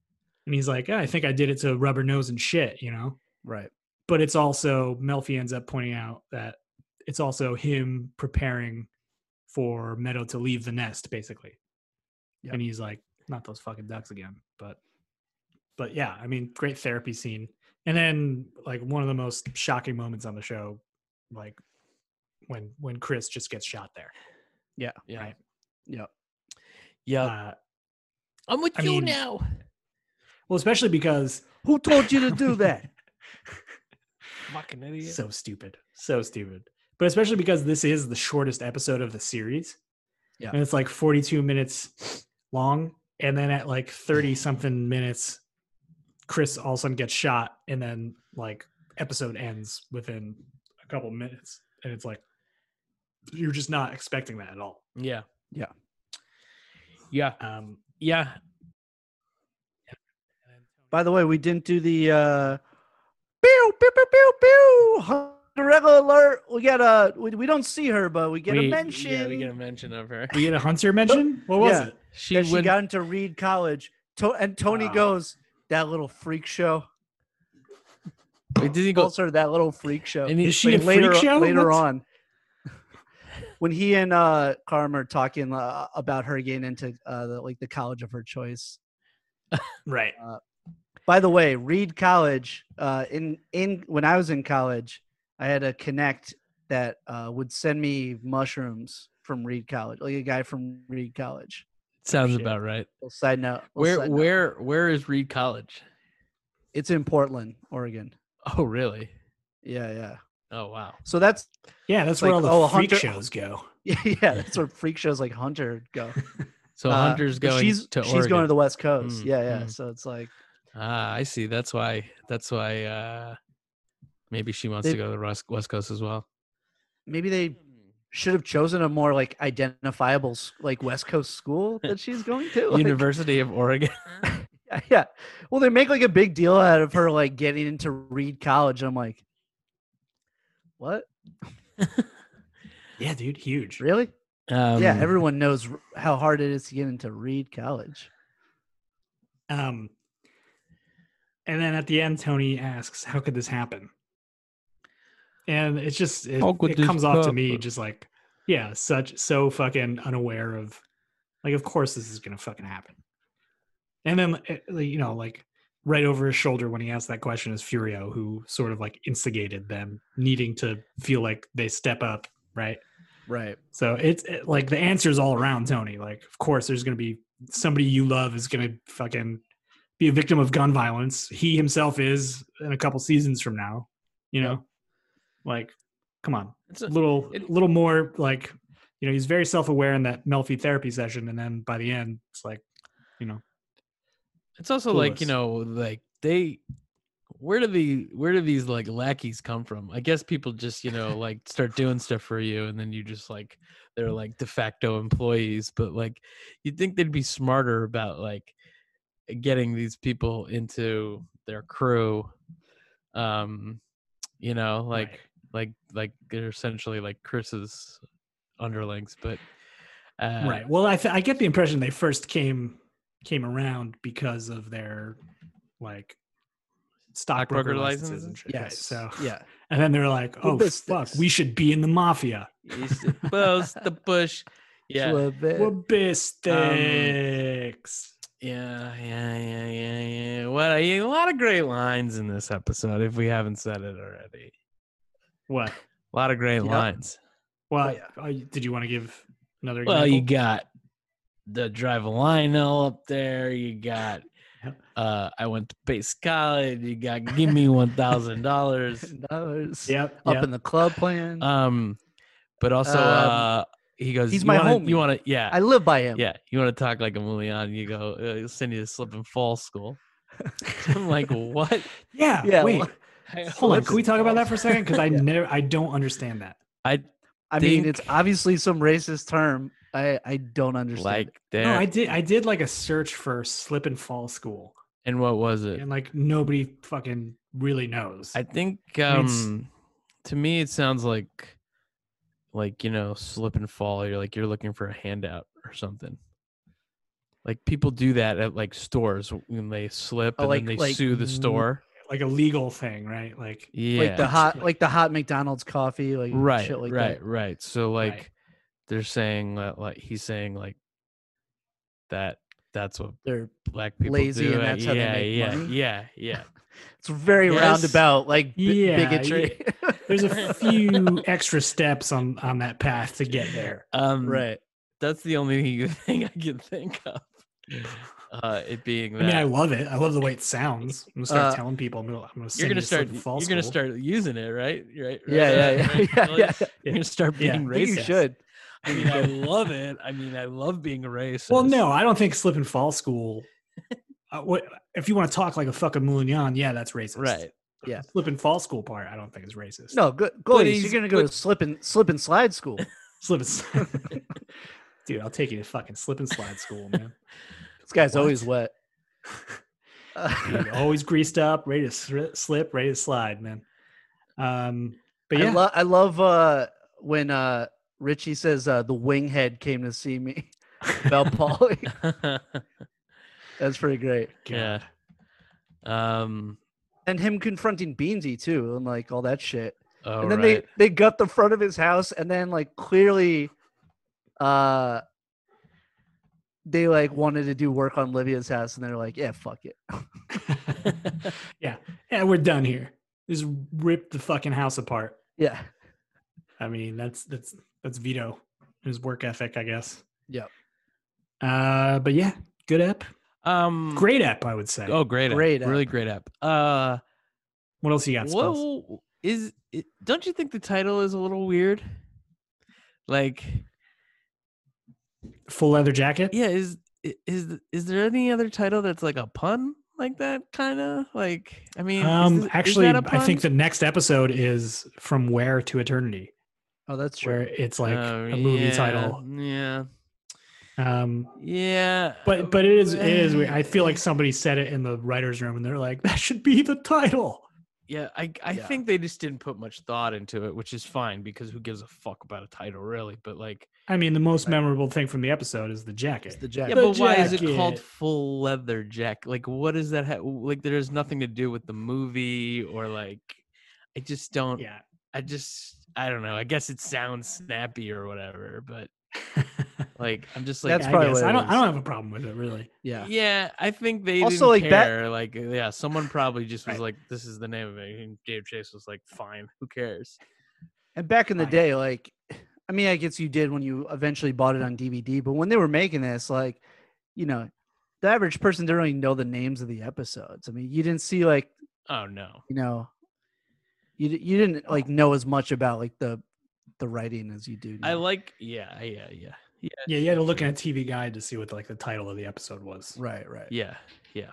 and he's like, "Yeah, I think I did it to rub her nose and shit, you know.
Right.
But it's also Melfi ends up pointing out that it's also him preparing for Meadow to leave the nest, basically.
Yep.
And he's like, not those fucking ducks again. But but yeah, I mean, great therapy scene. And then like one of the most shocking moments on the show, like when when Chris just gets shot there.
Yeah.
Right.
Yep.
Yeah.
Uh,
I'm with
I
you
mean-
now.
well, especially because
Who told you to do that?
Fucking idiot.
so stupid. So stupid. But especially because this is the shortest episode of the series.
Yeah.
And it's like 42 minutes long. And then at like 30 something minutes, Chris all of a sudden gets shot. And then like episode ends within a couple minutes. And it's like, you're just not expecting that at all.
yeah.
Yeah.
Yeah.
Um,
Yeah.
By the way, we didn't do the uh pew pew pew pew pew Cinderella alert. We got a we, we don't see her, but we get
We-
a mention
Yeah, we get a mention of her.
we get a Hunter mention? What was
Yeah.
it?
She
that she
went.
got into Reed College. To- and Tony
Wow.
goes, that little freak show.
Wait, did he go?
Calls her that little freak show.
And he-
Is she a
Like, later,
freak show?
Later
What's-
on, when he and uh, Carm are talking uh, about her getting into uh, the, like the college of her choice.
Right.
By the way, Reed College. Uh, in in when I was in college, I had a connect that uh, would send me mushrooms from Reed College, like a guy from Reed College.
Sounds
Shit.
about right.
Little side note. little
Oh, Where?
side note.
Where? Where is Reed College?
It's in Portland, Oregon.
Oh, really?
Yeah, yeah.
Oh, wow.
So that's
Yeah, that's
Like,
where all the
oh,
freak
Hunter-
shows go.
yeah, that's where freak shows like Hunter go.
So
Uh,
Hunter's
but
going
she's
to
she's
Oregon.
going to the West Coast.
Mm,
yeah, yeah.
mm.
So it's like
ah, I see. That's why. That's why. Uh, maybe she wants
They-
to go to the West, West Coast as well.
maybe they should have chosen a more like identifiable s- like West Coast school that she's going to. like-
University of Oregon.
Yeah, yeah. Well, they make like a big deal out of her like getting into Reed College. I'm like, what?
Yeah, dude, huge.
Really?
Um,
yeah. Everyone knows r- how hard it is to get into Reed College.
Um, and then at the end, Tony asks, "How could this happen?" And it's just it,
How could
it
this
comes off to me
happen?
just like, yeah, such so fucking unaware of, like, of course this is gonna fucking happen. And then eh, like, you know, like right over his shoulder when he asked that question is Furio, who sort of like instigated them needing to feel like they step up, right?
Right.
So it's it- like the answer's all around Tony. Like, of course, there's going to be somebody you love is going to fucking be a victim of gun violence. He himself is in a couple seasons from now. You know, like, come on,
It's a,
a little,
it-
little more like, you know, he's very self-aware in that Melfi therapy session, and then by the end, it's like, you know,
It's also like you
clueless.
know, like they, where do the where do these like lackeys come from? I guess people just you know like start doing stuff for you, and then you just like they're like de facto employees. But like you'd think they'd be smarter about like getting these people into their crew. Um, you know, like
Right.
like like they're essentially like Chris's underlings, but uh,
right. Well, I th- I get the impression they first came came around because of their like stockbroker
Stockbroker
licenses,
licenses?
and shit. right?
Yes.
So
Yeah.
And then they're like,
The
"Oh fuck,
business."
we should be in the mafia."
He's close the bush. Yeah.
Club it.
We're bisticks.
Yeah, yeah, yeah, yeah, yeah. What a, a lot of great lines in this episode, if we haven't said it already.
what?
A lot of great
Yep.
lines.
Well,
yeah.
oh, you- did you want to give another?
Well, you
example?
got the drive a Lionel up there. You got
Yep.
uh, I went to Pace College. You got give me one thousand dollars.
Dollars.
Yep.
Up
yep.
in the club plan.
Um, but also
Um,
uh, he goes.
he's
"You
my
wanna-
homie.
You want to? Yeah,
I live by him.
yeah. You want to talk like a Mulian? You go. Uh, he'll send you to slip and fall school. I'm like, what?
yeah.
Yeah,
Wait.
well,
Hold on. Can we talk about that for a second? Because I
Yeah.
never, I don't understand that.
I
I mean, it's obviously some racist term. I I don't understand.
like there.
No, I did. I did like a search for slip and fall school,
And what was it?
and like nobody fucking really knows.
I think
mean, s-
um to me it sounds like like you know slip and fall you're like you're looking for a handout or something. Like people do that at like stores when they slip
Oh,
and
like-
then they
like
sue the
w-
store.
like a legal thing, right? Like
Yeah.
like the hot like the hot McDonald's coffee like
right
shit like
right
that.
right. So
Right.
like they're saying that like he's saying like that that's what
They're
black people
Lazy
do.
and
uh,
that's how they
yeah,
make
yeah,
money?
yeah, yeah.
it's very
Yes.
roundabout like bi-
Yeah,
bigotry.
there's a few extra steps on on that path to get there.
Um
right.
that's the only thing I can think of. Uh, it being that
I mean, I love it. I love the way it sounds. I'm gonna start
Uh,
telling people. I'm gonna, I'm gonna
you're
send
gonna
you something
start.
fall
You're gonna
school.
start using it, right? Right? right,
Yeah,
right,
yeah, yeah,
right,
yeah,
Billy?
yeah, yeah.
You're gonna start
Yeah.
being
I think
racist.
you should.
I mean, I love it. I mean, I love being racist.
Well, no, I don't think slip and fall school. Uh, what if you want to talk like a fucking moulinon? Yeah, that's racist.
right?
The
yeah.
Slip and fall school part, I don't think is racist.
No, go, Goldie,
he's-
you're gonna go
but-
to slip and slip and slide school.
slip and slide. dude, I'll take you to fucking slip and slide school, man.
This guy's
What?
always wet. Uh,
Dude, always greased up, ready to sli- slip, ready to slide, man. Um, but
I,
yeah,
lo- I love uh, when uh, Richie says uh, the winghead came to see me about Paulie. That's pretty great.
yeah. Um.
And him confronting Beansy too, and like all that shit.
Oh,
and then
right.
they they gut the front of his house, and then like clearly, uh, they like wanted to do work on Livia's house, and they're like, yeah, fuck it.
yeah, yeah, we're done here. Just rip the fucking house apart.
Yeah,
I mean, that's that's that's Vito, his work ethic, I guess.
Yep.
Uh, but yeah, good app,
um.
great app, I would say.
Oh, great. App.
Great app.
Really great app. Uh.
What else you got? Spells?
What is it, don't you think the title is a little weird? Like,
Full leather jacket.
yeah, is i- is th- is there any other title that's like a pun like that kind of like I mean, is
Um,
this- is
actually,
that a
I think the
pun?
next episode is from where to eternity,
oh that's
where
true.
it's like
Oh,
a movie
yeah,
title.
Yeah,
Um,
yeah,
but but it is it is. weird.
uh,
I feel like somebody said it in the writers' room, and they're like, that should be the title.
yeah. I I
Yeah.
think they just didn't put much thought into it, which is fine because who gives a fuck about a title really? But like,
I mean, the most memorable thing from the episode is the jacket.
It's the jacket.
yeah,
The
but why is it called
jacket.
full leather jack? Like, what does that have? Like, there's nothing to do with the movie or like. I just don't.
yeah.
I just. I don't know. I guess it sounds snappy or whatever, but Like I'm just like
That's
I
probably
guess.
what
I
it
don't. I
is.
don't have a problem with it really.
Yeah.
Yeah, I think they
Also,
didn't
like, that-
care. Like, uh, yeah, someone probably just was
Right.
like, "This is the name of it." And Dave Chase was like, "Fine, who cares?"
And back in the
Fine.
day, like, I mean, I guess you did when you eventually bought it on DVD, but when they were making this, like, you know, the average person didn't really know the names of the episodes. I mean, you didn't see like,
Oh no,
you know, you di- you didn't like know as much about like the the writing as you do.
I
now.
like. Yeah, yeah, yeah, yeah,
Yeah, you had to look in a TV guide to see what like the title of the episode was.
right, right.
yeah, yeah.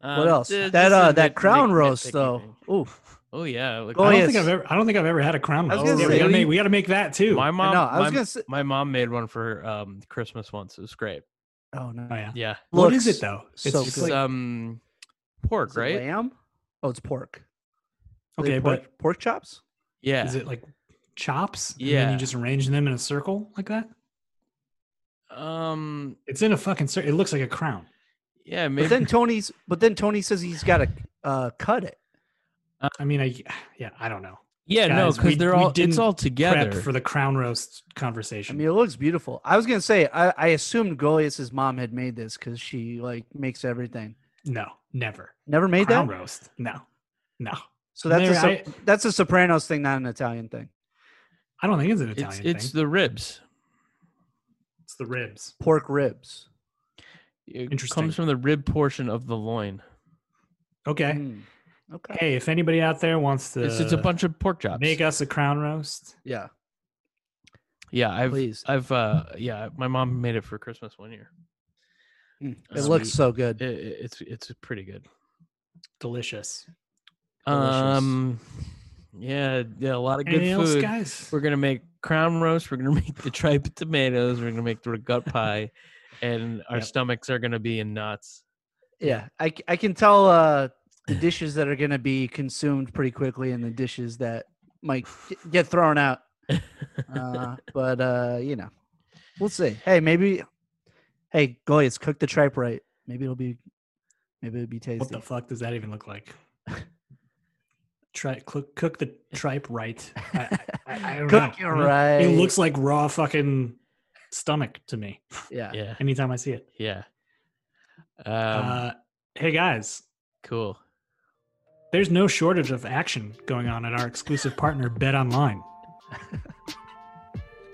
what
Um,
else?
th-
that
just a
uh,
nit-
that crown
nit-
roast
nitpicky
though.
thing.
Ooh,
Oh yeah. Like,
Go
I
my-
don't
ahead.
think
yes.
I've ever. I don't think I've ever had a crown
I was
roast.
gonna
Yeah, we gotta
say-
make. We gotta make that too.
My mom.
no, I was
my,
gonna say.
my mom made one for um Christmas once. It was great.
Oh no,
Oh, yeah.
Yeah,
What is
Looks
it though? It's
so
just
it's
good.
like-
um pork,
Is it
right?
Lamb? Oh, it's pork. Is it
okay,
pork,
but
pork chops.
Yeah.
is it like chops? And then
Yeah.
you just arrange them in a circle like that.
um.
It's in a fucking circle. It looks like a crown.
Yeah. Maybe.
But then Tony's. But then Tony says he's got to uh, cut it.
I mean, I yeah, I don't know.
yeah. no,
guys,
because
we-
they're
we
all. It's
didn't
all together.
Prep for the crown roast
I
conversation.
mean, it looks beautiful. I was gonna say, I, I assumed Goliath's mom had made this because she like makes everything.
no, never.
Never made
crown
that.
roast. No, no.
So that's a,
Never-
Sop- that's a Sopranos thing, not an Italian thing.
I don't think it's an
it's
Italian
it's
thing.
the ribs.
it's the ribs.
Pork ribs.
It
Interesting.
comes from the rib portion of the loin.
Okay.
Mm. Okay.
Hey, if anybody out there wants to
it's, it's a bunch of pork chops.
make us a crown roast,
Yeah.
yeah, I've
Please.
I've uh yeah, my mom made it for Christmas one year.
Mm. It
Um,
looks so good.
It, it- it's it's pretty good.
delicious.
Delicious.
Um yeah, yeah, a lot of good
Anything else,
food.
guys?
We're gonna make crown roast, we're gonna make the tripe tomatoes, we're gonna make the gut pie, and our
Yep.
stomachs are gonna be in knots.
yeah. I, c- I can tell uh, the dishes that are gonna be consumed pretty quickly, and the dishes that might g- get thrown out. Uh, but uh, you know, we'll see. Hey, maybe. Hey, Goliath's cook the tripe right. Maybe it'll be. Maybe it'll be tasty.
What the fuck does that even look like? Try cook, cook the tripe right. I, I, I- I don't know.
Cook
I
your
don't-
right.
It looks like raw fucking stomach to me.
yeah.
Yeah,
Anytime I see it.
yeah. Um
uh, hey guys,
cool.
there's no shortage of action going on at our exclusive partner Bet Online.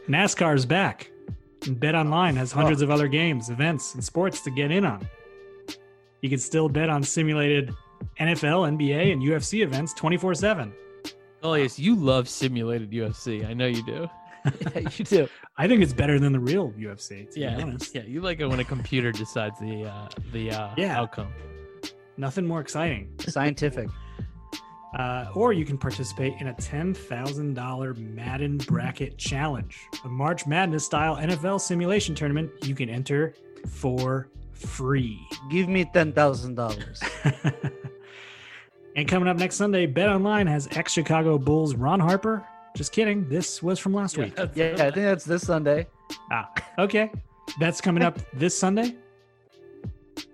NASCAR is back. And Bet Online
Oh.
has hundreds of other games, events, and sports to get in on. You can still bet on simulated NFL, NBA, and UFC events 24 7.
Goliath, you love simulated UFC. I know you do.
yeah, you do.
I think it's better than the real UFC, to be
Yeah,
honest.
yeah. You like it when a computer decides the uh, the uh,
Yeah.
outcome.
Nothing more exciting.
Scientific.
Uh, or you can participate in a $10,000 Madden Bracket Challenge, a March Madness style NFL simulation tournament you can enter for free.
Give me ten thousand dollars.
and coming up next Sunday, Bet Online has ex Chicago Bulls Ron Harper. Just kidding. This was from last week.
Yeah, I think that's this Sunday.
Ah, okay. That's coming up this Sunday.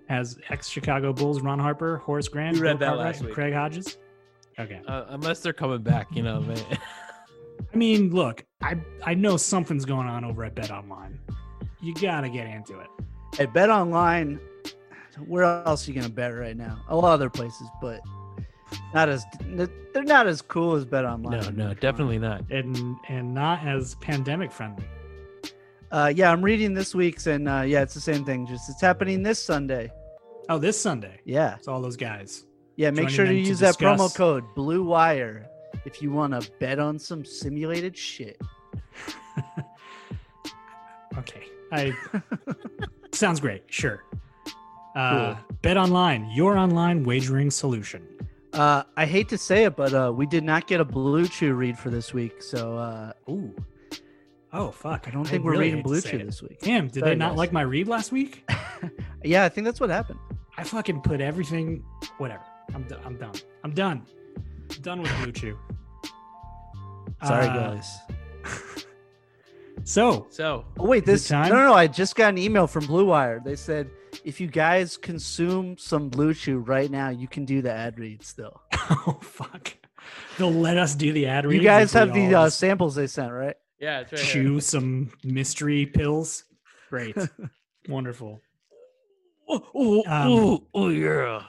Has ex Chicago Bulls Ron Harper, Horace Grant,
You read
Bill
that
Cartwright,
last
and
week.
Craig Hodges. Okay.
Uh, unless they're coming back, you know. Man.
I mean, look, I I know something's going on over at Bet Online. You gotta get into it.
Hey, bet online. Where else are you gonna bet right now? A lot of other places, but not as they're not as cool as bet online.
No, no, definitely not.
And and not as pandemic friendly.
Uh, yeah, I'm reading this week's, and uh, yeah, it's the same thing. Just it's happening this Sunday.
Oh, this Sunday.
Yeah,
It's all those guys.
yeah. Make
Joining
sure to
in to
use that promo
discuss.
code Blue Wire if you want to bet on some simulated shit.
Okay. I sounds great, sure. Uh, Bet Online, your online wagering solution.
Uh, I hate to say it, but uh, we did not get a Blue Chew read for this week, so uh,
Ooh. Oh fuck.
I don't think we're
really
reading
hate to
Blue
say
Chew
it.
this week.
Damn, did
Sorry,
they not
guys.
like my read last week?
Yeah, I think that's what happened.
I fucking put everything. Whatever. I'm d- I'm done. I'm done. done with Blue Chew.
Sorry,
Uh,
guys.
So
So,
Oh wait,
the
this no,
time-
no, no. I just got an email from Blue Wire. They said if you guys consume some Blue Chew right now, you can do the ad read still.
Oh fuck! They'll let us do the ad read. uh,
You guys have the uh, samples they sent, right?
Yeah, it's right here.
chew some mystery pills. Great. Wonderful.
Oh, oh,
Um,
oh, oh, yeah.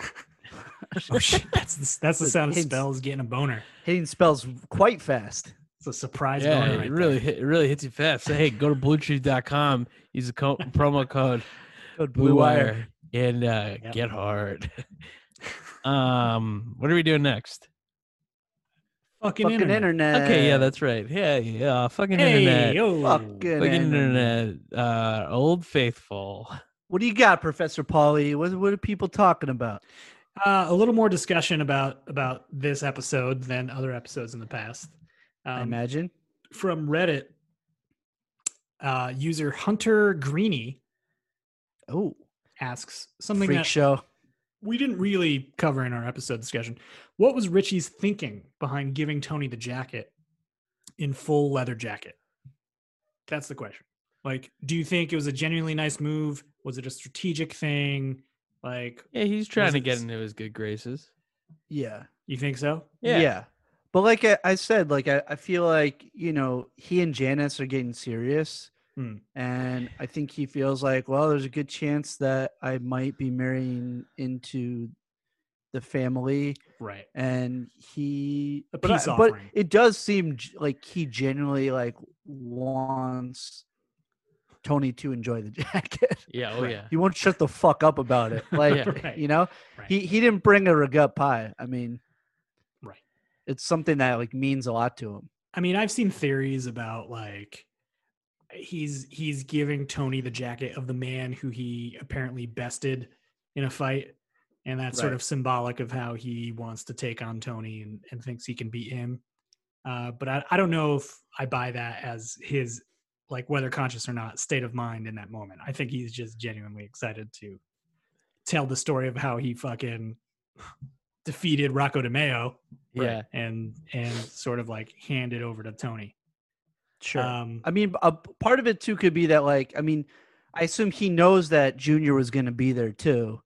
Oh shit, that's the, that's the
Good
sound of
hints.
spells getting a boner.
Hitting spells quite fast.
It's a surprise
Yeah,
boner.
it
right
really hit, it really hits you fast. Say, hey, go to bluecheese.com, use the co- promo code
Good
Blue Wire and uh,
Yep.
get hard. um, what are we doing next?
there. Fucking,
Fucking
internet.
internet.
Okay, yeah, that's right. Yeah, yeah, fucking
Hey,
internet,
yo.
Fucking
fucking
internet.
internet, uh, old faithful.
What do you got, Professor Pauly? What, what are people talking about?
Uh, a little more discussion about about this episode than other episodes in the past.
I
Um,
imagine.
from Reddit, uh, user Hunter Greeny
Oh,
asks something
freak
that
show.
we didn't really cover in our episode discussion. What was Richie's thinking behind giving Tony the jacket in full leather jacket? That's the question. Like, do you think it was a genuinely nice move? Was it a strategic thing? Like,
Yeah, he's trying to get
it-
into his good graces.
Yeah.
you think so?
Yeah.
Yeah. But like I, I said, like I, I feel like, you know, he and Janice are getting serious.
Hmm.
And I think he feels like, well, there's a good chance that I might be marrying into the family.
Right.
And he,
A
but, I-
peace
but
offering.
it does seem g- like he genuinely like wants Tony to enjoy the jacket.
Yeah, oh
Right.
yeah.
he won't shut the fuck up about it. Like,
Yeah.
Right.
you know,
Right.
he, he didn't bring a ragut pie. I mean,
Right.
It's something that like means a lot to him.
I mean, I've seen theories about like he's he's giving Tony the jacket of the man who he apparently bested in a fight. And that's sort
Right.
of symbolic of how he wants to take on Tony and, and thinks he can beat him. Uh, but I, I don't know if I buy that as his like whether conscious or not state of mind in that moment. I think he's just genuinely excited to tell the story of how he fucking defeated Rocco De Mayo
Yeah.
and and sort of like hand it over to Tony.
Sure.
Um,
I mean, a p- part of it too could be that like I mean, I assume he knows that Junior was going to be there too,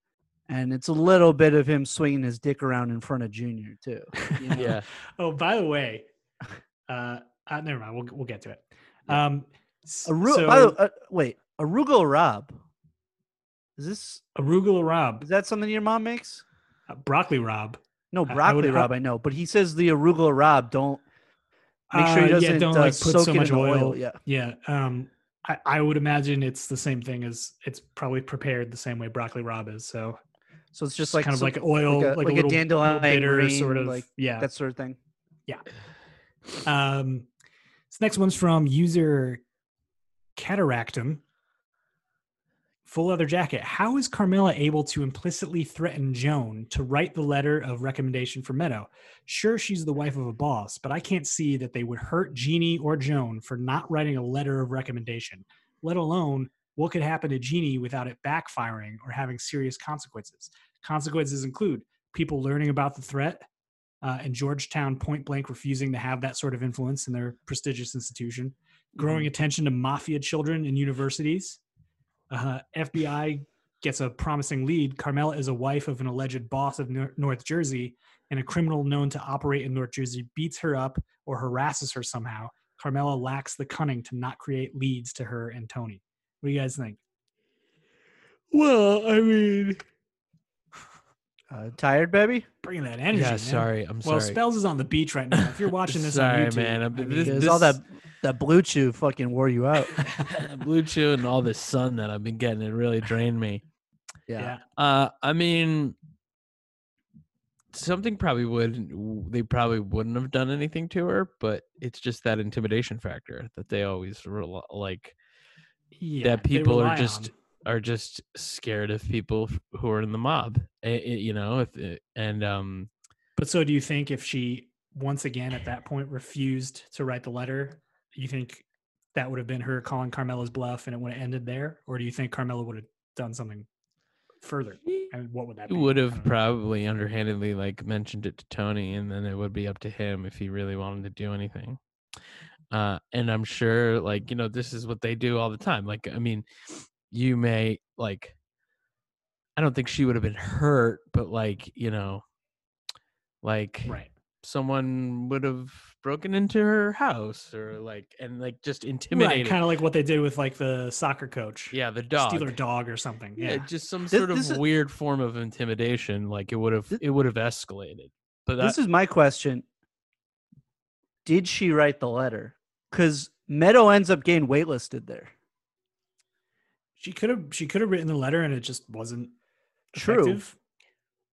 and it's a little bit of him swinging his dick around in front of Junior too. you know?
Yeah.
oh, by the way, uh, uh, never mind. We'll we'll get to it. Um, s-
Aru-
so,
by the, uh, wait, arugula rob. Is this
arugula rob,
is that something your mom makes?
uh, broccoli rob.
No,
I- I would
broccoli
hope-
rob. I know, but he says the arugula rob don't make sure
Uh,
he doesn't
yeah, don't
uh,
like
soak
put so
it
much
in
oil.
Yeah,
Yeah. Um, I, I would imagine it's the same thing as it's probably prepared the same way broccoli rob is. So
so it's just like
kind of
some-
like oil,
like a-
like a,
like a
little,
dandelion
little bitter
green,
sort of.
like,
yeah.
that sort of thing.
Um, this next one's from user Cataractum. Full leather jacket. How is Carmilla able to implicitly threaten Joan to write the letter of recommendation for Meadow? Sure, she's the wife of a boss, but I can't see that they would hurt Jeannie or Joan for not writing a letter of recommendation, let alone what could happen to Jeannie without it backfiring or having serious consequences. Consequences include people learning about the threat, uh, and Georgetown point blank refusing to have that sort of influence in their prestigious institution,
Mm-hmm.
growing attention to mafia children in universities. Uh, FBI gets a promising lead. Carmela is a wife of an alleged boss of Nor- North Jersey, and a criminal known to operate in North Jersey beats her up or harasses her somehow. Carmela lacks the cunning to not create leads to her and Tony. What do you guys think?
Well, I mean,
Uh, tired, baby.
Bringing that energy.
yeah.
man.
Sorry, I'm
Well,
sorry.
Spells is on the beach right now. If you're watching this
Sorry,
on YouTube,
man. I'm-
I mean,
this-
Because all
this-
that that blue chew fucking wore you out.
Blue Chew and all this sun that I've been getting, it really drained me.
Yeah.
yeah.
Uh, I mean, something probably would w- they probably wouldn't have done anything to her, but it's just that intimidation factor that they always rel like
yeah,
that
they
people are
rely
just- are just scared of people f- who are in the mob. Eh, eh, you know, if it- and um,
But so do you think if she once again at that point refused to write the letter, you think that would have been her calling Carmela's bluff and it would have ended there? Or do you think Carmela would have done something further? And what would that
he
be?
would
I
have
don't know.
probably underhandedly like mentioned it to Tony, and then it would be up to him if he really wanted to do anything. Uh, and I'm sure, like you know, this is what they do all the time. Like, I mean, you may like, I don't think she would have been hurt, but like you know, like
Right.
someone would have broken into her house or like and like just
Right,
intimidated.
kind of like what they did with like the soccer coach,
yeah, the dog.
Steeler dog or something.
yeah.
Yeah,
just some
Thi-
sort
this
of
is-
weird form of intimidation. Like it would have
Thi-
it would have escalated. But that,
this is my question. Did she write the letter? Because Meadow ends up getting waitlisted there.
she could have she could have written the letter and it just wasn't
True.
effective.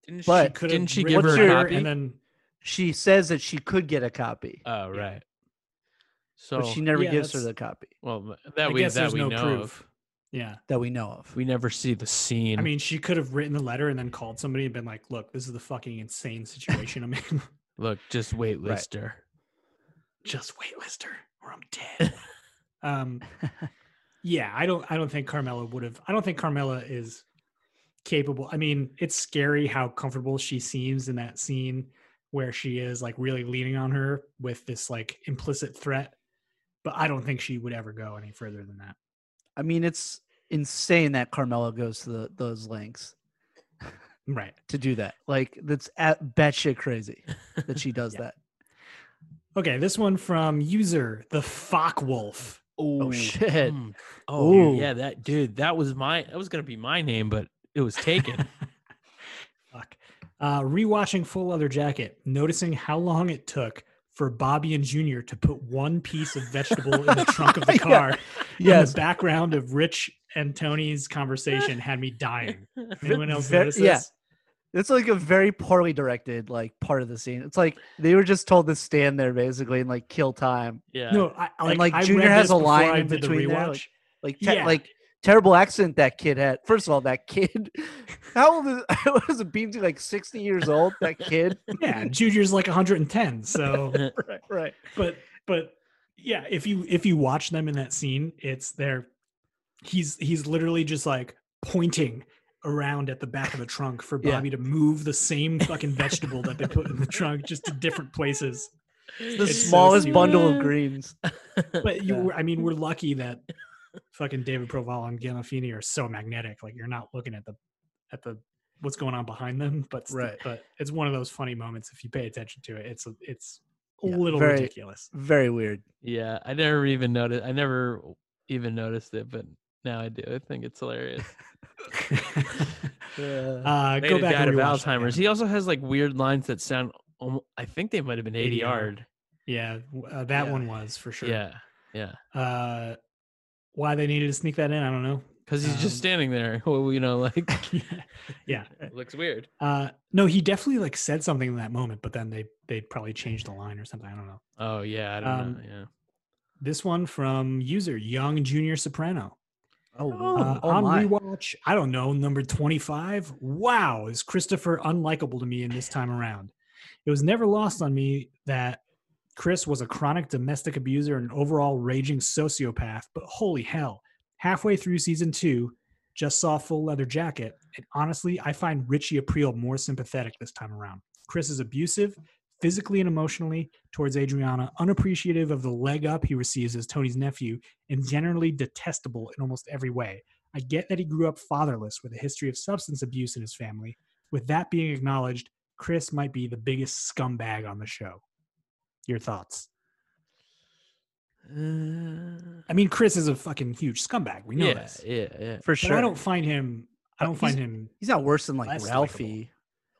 didn't she,
but-
could
didn't she
written
give her
What's
a
your-
copy?
and then
She says that she could get a copy,
oh
Yeah.
right. So
but she never
yeah,
gives her
that's-
the copy
well th- that
I
we
guess
that
there's
we
no
know
proof.
of. Hmm.
Yeah,
that we know of.
We never see the scene.
I mean, she could have written the letter and then called somebody and been like, "Look, this is the fucking insane situation I'm in.
look, just wait,
Right.
Lister.
Just wait, Lister, or I'm dead." um, yeah, I don't. I don't think Carmela would have. I don't think Carmela is capable. I mean, it's scary how comfortable she seems in that scene where she is like really leaning on her with this like implicit threat. But I don't think she would ever go any further than that.
I mean, it's insane that Carmelo goes to the, those lengths
Right.
to do that. Like that's at batshit crazy that she does
Yeah.
that.
Okay, this one from user the Fock Wolf.
Oh
Ooh,
shit!
mm, Oh
Ooh.
yeah, that dude. That was my. That was gonna be my name, but it was taken.
Fuck. Uh, rewatching Full Leather Jacket, noticing how long it took for Bobby and Junior to put one piece of vegetable in the trunk of the
Yeah.
car. in
Yes,
the background of Rich and Tony's conversation had me dying. Anyone else
Ver-
notice
yeah.
this?
it's like a very poorly directed like part of the scene. It's like they were just told to stand there basically and like kill time.
yeah.
No, I, I- like,
like,
I
Junior
read
has
this
a
before
line
I
in
did the
between there,
rewatch.
Like te-
Yeah.
like terrible accident that kid had. First of all, that kid. How old is? What is it? Beamsy like sixty years old. That kid.
yeah, Junior's like 110, so
right. Right.
but but yeah if you if you watch them in that scene it's they're he's he's literally just like pointing around at the back of the trunk for
Yeah.
bobby to move the same fucking vegetable that they put in the trunk just to different places
The
It's so
smallest bundle of
stupid.
greens.
but you
Yeah.
were i mean we're lucky that fucking david proval and Gandolfini are so magnetic like you're not looking at the at the what's going on behind them but st-
Right.
but it's one of those funny moments if you pay attention to it it's a, it's a
Yeah,
little
very-
ridiculous
Very weird.
Yeah, I never even noticed. I never even noticed it, but now I do. I think it's hilarious.
Yeah.
uh
They
go
had a
back
guy
and
to
rewatch that,
Alzheimer's.
yeah.
He also has like weird lines that sound. almo- I think they might have been eighty
80
yard.
Yeah, w- uh, that
Yeah.
one was for sure.
Yeah, yeah.
Uh, why they needed to sneak that in, I don't know.
Because he's just
Um,
standing there. Well, you know, like
yeah.
looks weird.
Uh, no, he definitely like said something in that moment, but then they they probably changed the line or something. I don't know.
Oh yeah, I don't
Um,
know. Yeah.
This one from user Young Junior Soprano.
Oh,
Uh,
oh
on
my.
rewatch, I don't know, number 25. Wow, is Christopher unlikable to me in this time around? It was never lost on me that Chris was a chronic domestic abuser and an overall raging sociopath, but holy hell, halfway through season two, just saw Full Leather Jacket, and honestly, I find Richie Aprile more sympathetic this time around. Chris is abusive, physically and emotionally, towards Adriana, unappreciative of the leg up he receives as Tony's nephew, and generally detestable in almost every way. I get that he grew up fatherless with a history of substance abuse in his family. With that being acknowledged, Chris might be the biggest scumbag on the show. Your thoughts?
Uh,
I mean, Chris is a fucking huge scumbag. We know
yeah,
this.
yeah, yeah.
for
But
sure.
I don't find him. I
Uh,
don't find him.
He's not worse than like
less likable.
Ralphie.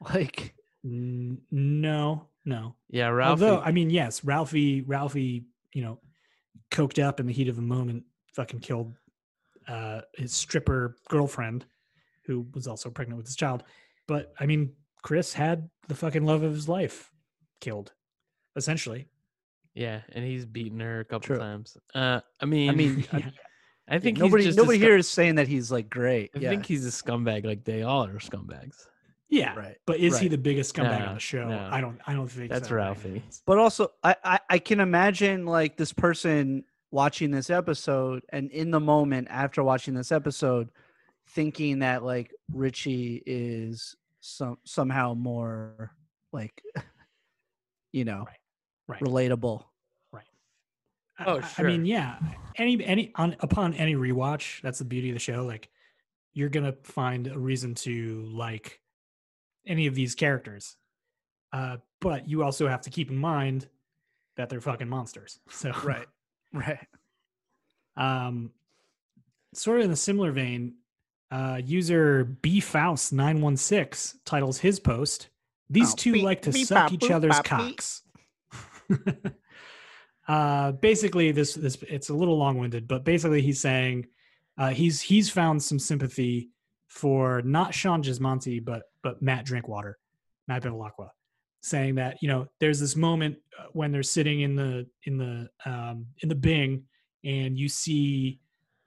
Like
n- No, no.
Yeah, Ralphie.
Although, I mean, yes, Ralphie, Ralphie, you know, coked up in the heat of the moment, fucking killed uh, his stripper girlfriend, who was also pregnant with his child. But I mean, Chris had the fucking love of his life killed, essentially.
yeah, and he's beaten her a couple
True.
times. Uh, I mean,
I mean,
I,
Yeah.
I think he's
nobody
just a
nobody
scu-
here is saying that he's like great.
I
yeah.
think he's a scumbag. Like they all are scumbags.
Yeah,
right.
but is he
right.
the biggest scumbag on
No,
the show?
no.
I don't. I don't think
That's
so by any
Ralphie.
means.
But also I, I I can imagine like this person watching this episode and in the moment after watching this episode thinking that like Richie is some somehow more like you know
Right.
relatable.
I-
Oh,
I- I mean,
sure.
yeah. Any any on upon any rewatch, that's the beauty of the show. Like, you're gonna find a reason to like any of these characters, Uh, but you also have to keep in mind that they're fucking monsters. So
Right. Right.
um, sort of in a similar vein, uh, user bfaust 916 titles his post, These
Oh,
two
beep,
like to
beep,
suck
bop,
each
boop,
other's
bop, beep."
cocks. uh, basically, this, this it's a little long winded, but basically, he's saying uh, he's he's found some sympathy for not Sean Gismonti, but but Matt Drinkwater, Matt Bevilacqua, saying that you know there's this moment uh, when they're sitting in the in the um, in the Bing, and you see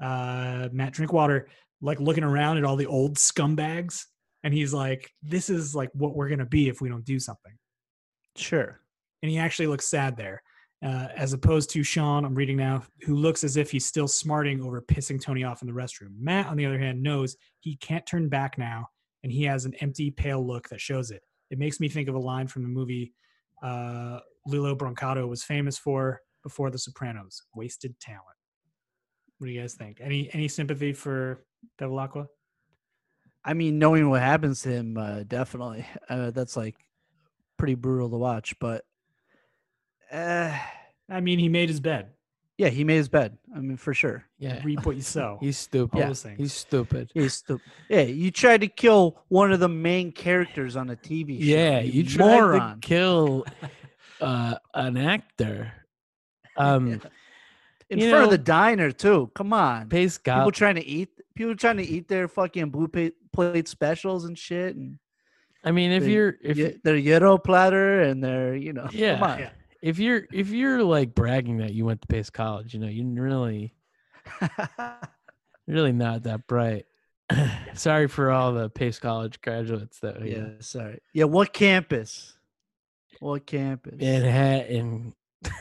uh, Matt Drinkwater like looking around at all the old scumbags, and he's like, "This is like what we're gonna be if we don't do something."
Sure.
and he actually looks sad there, uh, as opposed to Sean, I'm reading now, who looks as if he's still smarting over pissing Tony off in the restroom. Matt, on the other hand, knows he can't turn back now, and he has an empty, pale look that shows it. It makes me think of a line from the movie uh, Lilo Brancato was famous for before The Sopranos: "Wasted Talent." What do you guys think? Any any sympathy for Bevilacqua?
I mean, knowing what happens to him, uh, definitely. Uh, that's like pretty brutal to watch. But uh,
I mean, he made his bed.
yeah, he made his bed. I mean, for sure.
Yeah.
Reap what you sow.
He's stupid.
All those things.
He's stupid.
Yeah, he's the, yeah, you tried to kill one of the main characters on a TV show.
Yeah, you tried
moron.
to kill uh, an actor. Um,
in
you
front of the
know-
diner too. Come on,
Pay
people
Scott.
trying to eat. People trying to eat their fucking blue pa- plate specials and shit, and
I mean, if
the-
you're if
ye-
you
their euro platter and their you know.
Yeah.
come on.
Yeah.
if you're if you're like bragging that you went to Pace College, you know, you're really really not that bright. Sorry for all the Pace College graduates that we
yeah, sorry. Yeah, what campus? What campus?
Manhattan.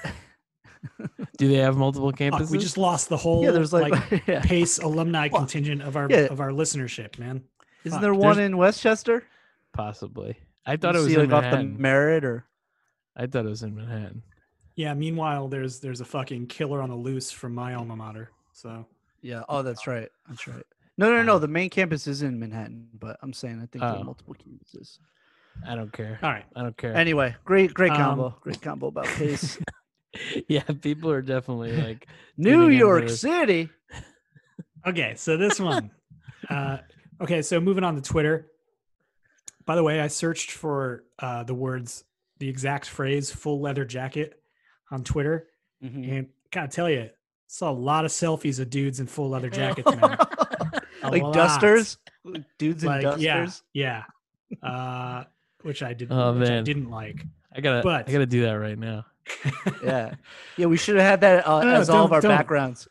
Do they have multiple campuses?
Fuck, we just lost the whole
yeah, there's like,
like
yeah.
Pace alumni
Fuck.
contingent of our
Yeah.
of our listenership, man.
isn't
fuck,
there
there's-
one in Westchester?
possibly. I thought it
You
was
see,
in
like off the
Manhattan.
merit or
I thought it was in Manhattan.
Yeah. Meanwhile, there's there's a fucking killer on the loose from my alma mater. So
yeah. Oh, that's
uh,
right. That's right. No, no,
um,
no. The main campus is in Manhattan, but I'm saying I think there
Oh.
are multiple campuses.
I don't care.
Uh,
all right,
I don't care.
Anyway, great, great
Um,
combo. great combo about pace.
yeah, people are definitely like
New
Getting
York
into-
City.
okay. So this one, uh, okay. So moving on to Twitter. By the way, I searched for uh, the words the exact phrase "full leather jacket" on Twitter,
Mm.
and gotta tell you, saw a lot of selfies of dudes in full leather jackets. Man. A
like
lot.
dusters, dudes in
Like, yeah,
dusters.
yeah. Uh, which I didn't.
Oh,
which I
man.
didn't like.
I gotta
But-
I gotta do that right now.
Yeah. yeah, we should have had that uh,
No, no,
as all of
don't-
our
don't.
backgrounds.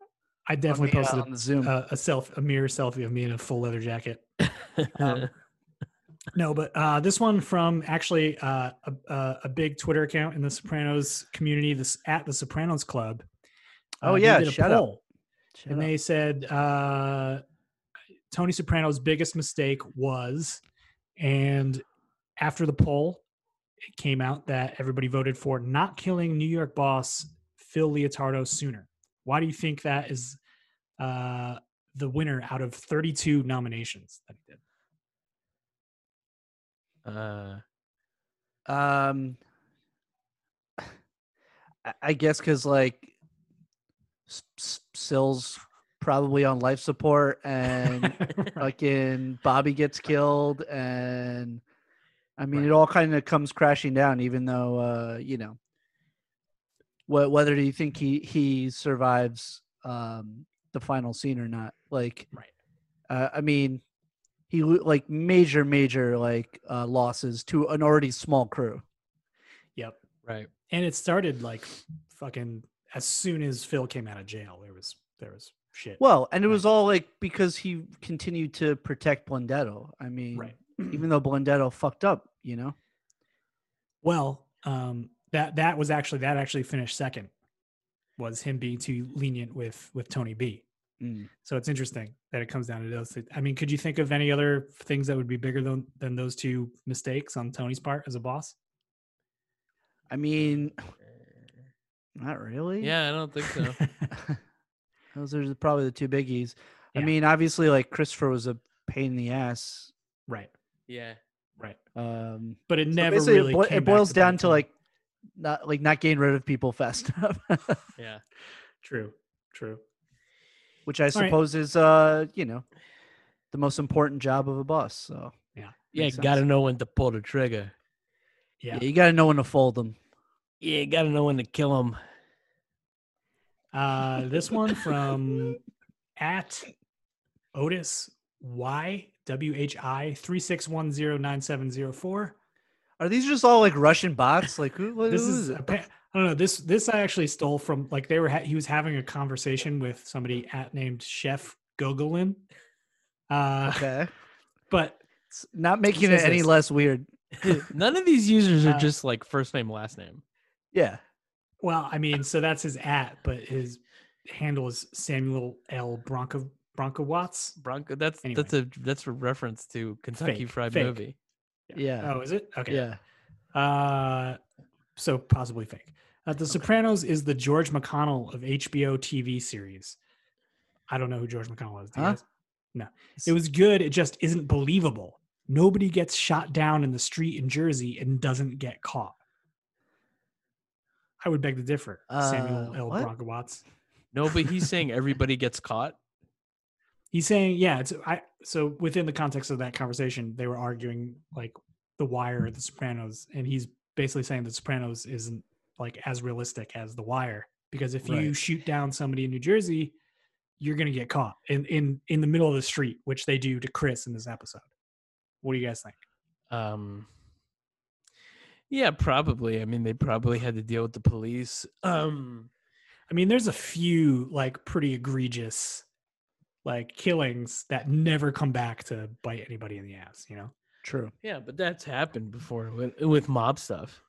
on
I definitely
the, uh,
posted a
on the Zoom.
uh, a self a mirror selfie of me in a full leather jacket. Um, no, but uh, this one from actually uh, a- a, a big Twitter account in the Sopranos community, this at the Sopranos Club. Uh,
Oh,
they
yeah,
did a
shout out.
poll,
Shut
and
up.
they said uh, Tony Soprano's biggest mistake was, and after the poll, it came out that everybody voted for not killing New York boss Phil Leotardo sooner. Why do you think that is uh, the winner out of 32 nominations that he did?
uh,
Um, I- I guess because like S- S- Sills probably on life support, and fucking Bobby gets killed, and I mean it all kind of comes crashing down. Even though uh, you know, wh- whether you think he he survives um, the final scene or not, like,
Right.
uh, I mean, he lo- like major major like uh, losses to an already small crew.
Yep.
right.
And it started like fucking as soon as Phil came out of jail, there was there was shit.
Well, and it
Right.
was all like because he continued to protect Blundetto. I mean,
right.
even though Blundetto fucked up, you know.
Well, um, that that was actually that actually finished second was him being too lenient with with Tony B. So it's interesting that it comes down to those. two. I mean, could you think of any other things that would be bigger than than those two mistakes on Tony's part as a boss?
I mean, not really.
Yeah, I don't think so.
Those are the- probably the two biggies. I
Yeah.
mean, obviously, like Christopher was a pain in the ass,
right.
yeah.
Right.
Um,
But it
so
never
basically
really
it, boi-
came
it
back
boils
to
down
bite
to
them.
like not like not getting rid of people fast enough,
Yeah.
True. True.
which I
right.
suppose is uh you know the most important job of a boss. So
Yeah.
Yeah,
Makes
got to
sense.
know when to pull the trigger.
yeah,
Yeah.
you got to know when to fold them.
Yeah, got to know when to kill them.
Uh, this one from at Otis Y W H I three six one zero nine seven zero four.
Are these just all like Russian bots? Like who? What,
This
who
is
it?
appa- I don't know this this I actually stole from like they were ha- he was having a conversation with somebody at named Chef Gogolin. Uh,
okay.
but
It's not making it
says
any
this.
less weird.
None of these users are
Uh,
just like first name last name.
Yeah.
well, I mean, so that's his at, but his handle is Samuel L Bronco Bronco Watts.
Bronco. That's
Anyway.
that's a that's a reference to Kentucky
Fake,
Fried
fake.
Movie.
Yeah.
Oh, is it okay?
Yeah.
Uh, so possibly fake. Uh, the Sopranos is the George McConnell of HBO TV series. I don't know who George McConnell is. do you
Huh?
guys? No, it was good. It just isn't believable. Nobody gets shot down in the street in Jersey and doesn't get caught. I would beg to differ,
Uh,
Samuel L.
what?
Bronco Watts.
No, but he's saying everybody gets caught.
He's saying, yeah, it's I. So within the context of that conversation, they were arguing like The Wire, or The Sopranos, and he's basically saying The Sopranos isn't like as realistic as The Wire because if you
Right.
shoot down somebody in New Jersey, you're gonna get caught in in in the middle of the street, which they do to Chris in this episode. What do you guys think?
Um, yeah, probably. I mean, they probably had to deal with the police. Um,
I mean, there's a few like pretty egregious like killings that never come back to bite anybody in the ass. You know,
True.
yeah, but that's happened before with with mob stuff.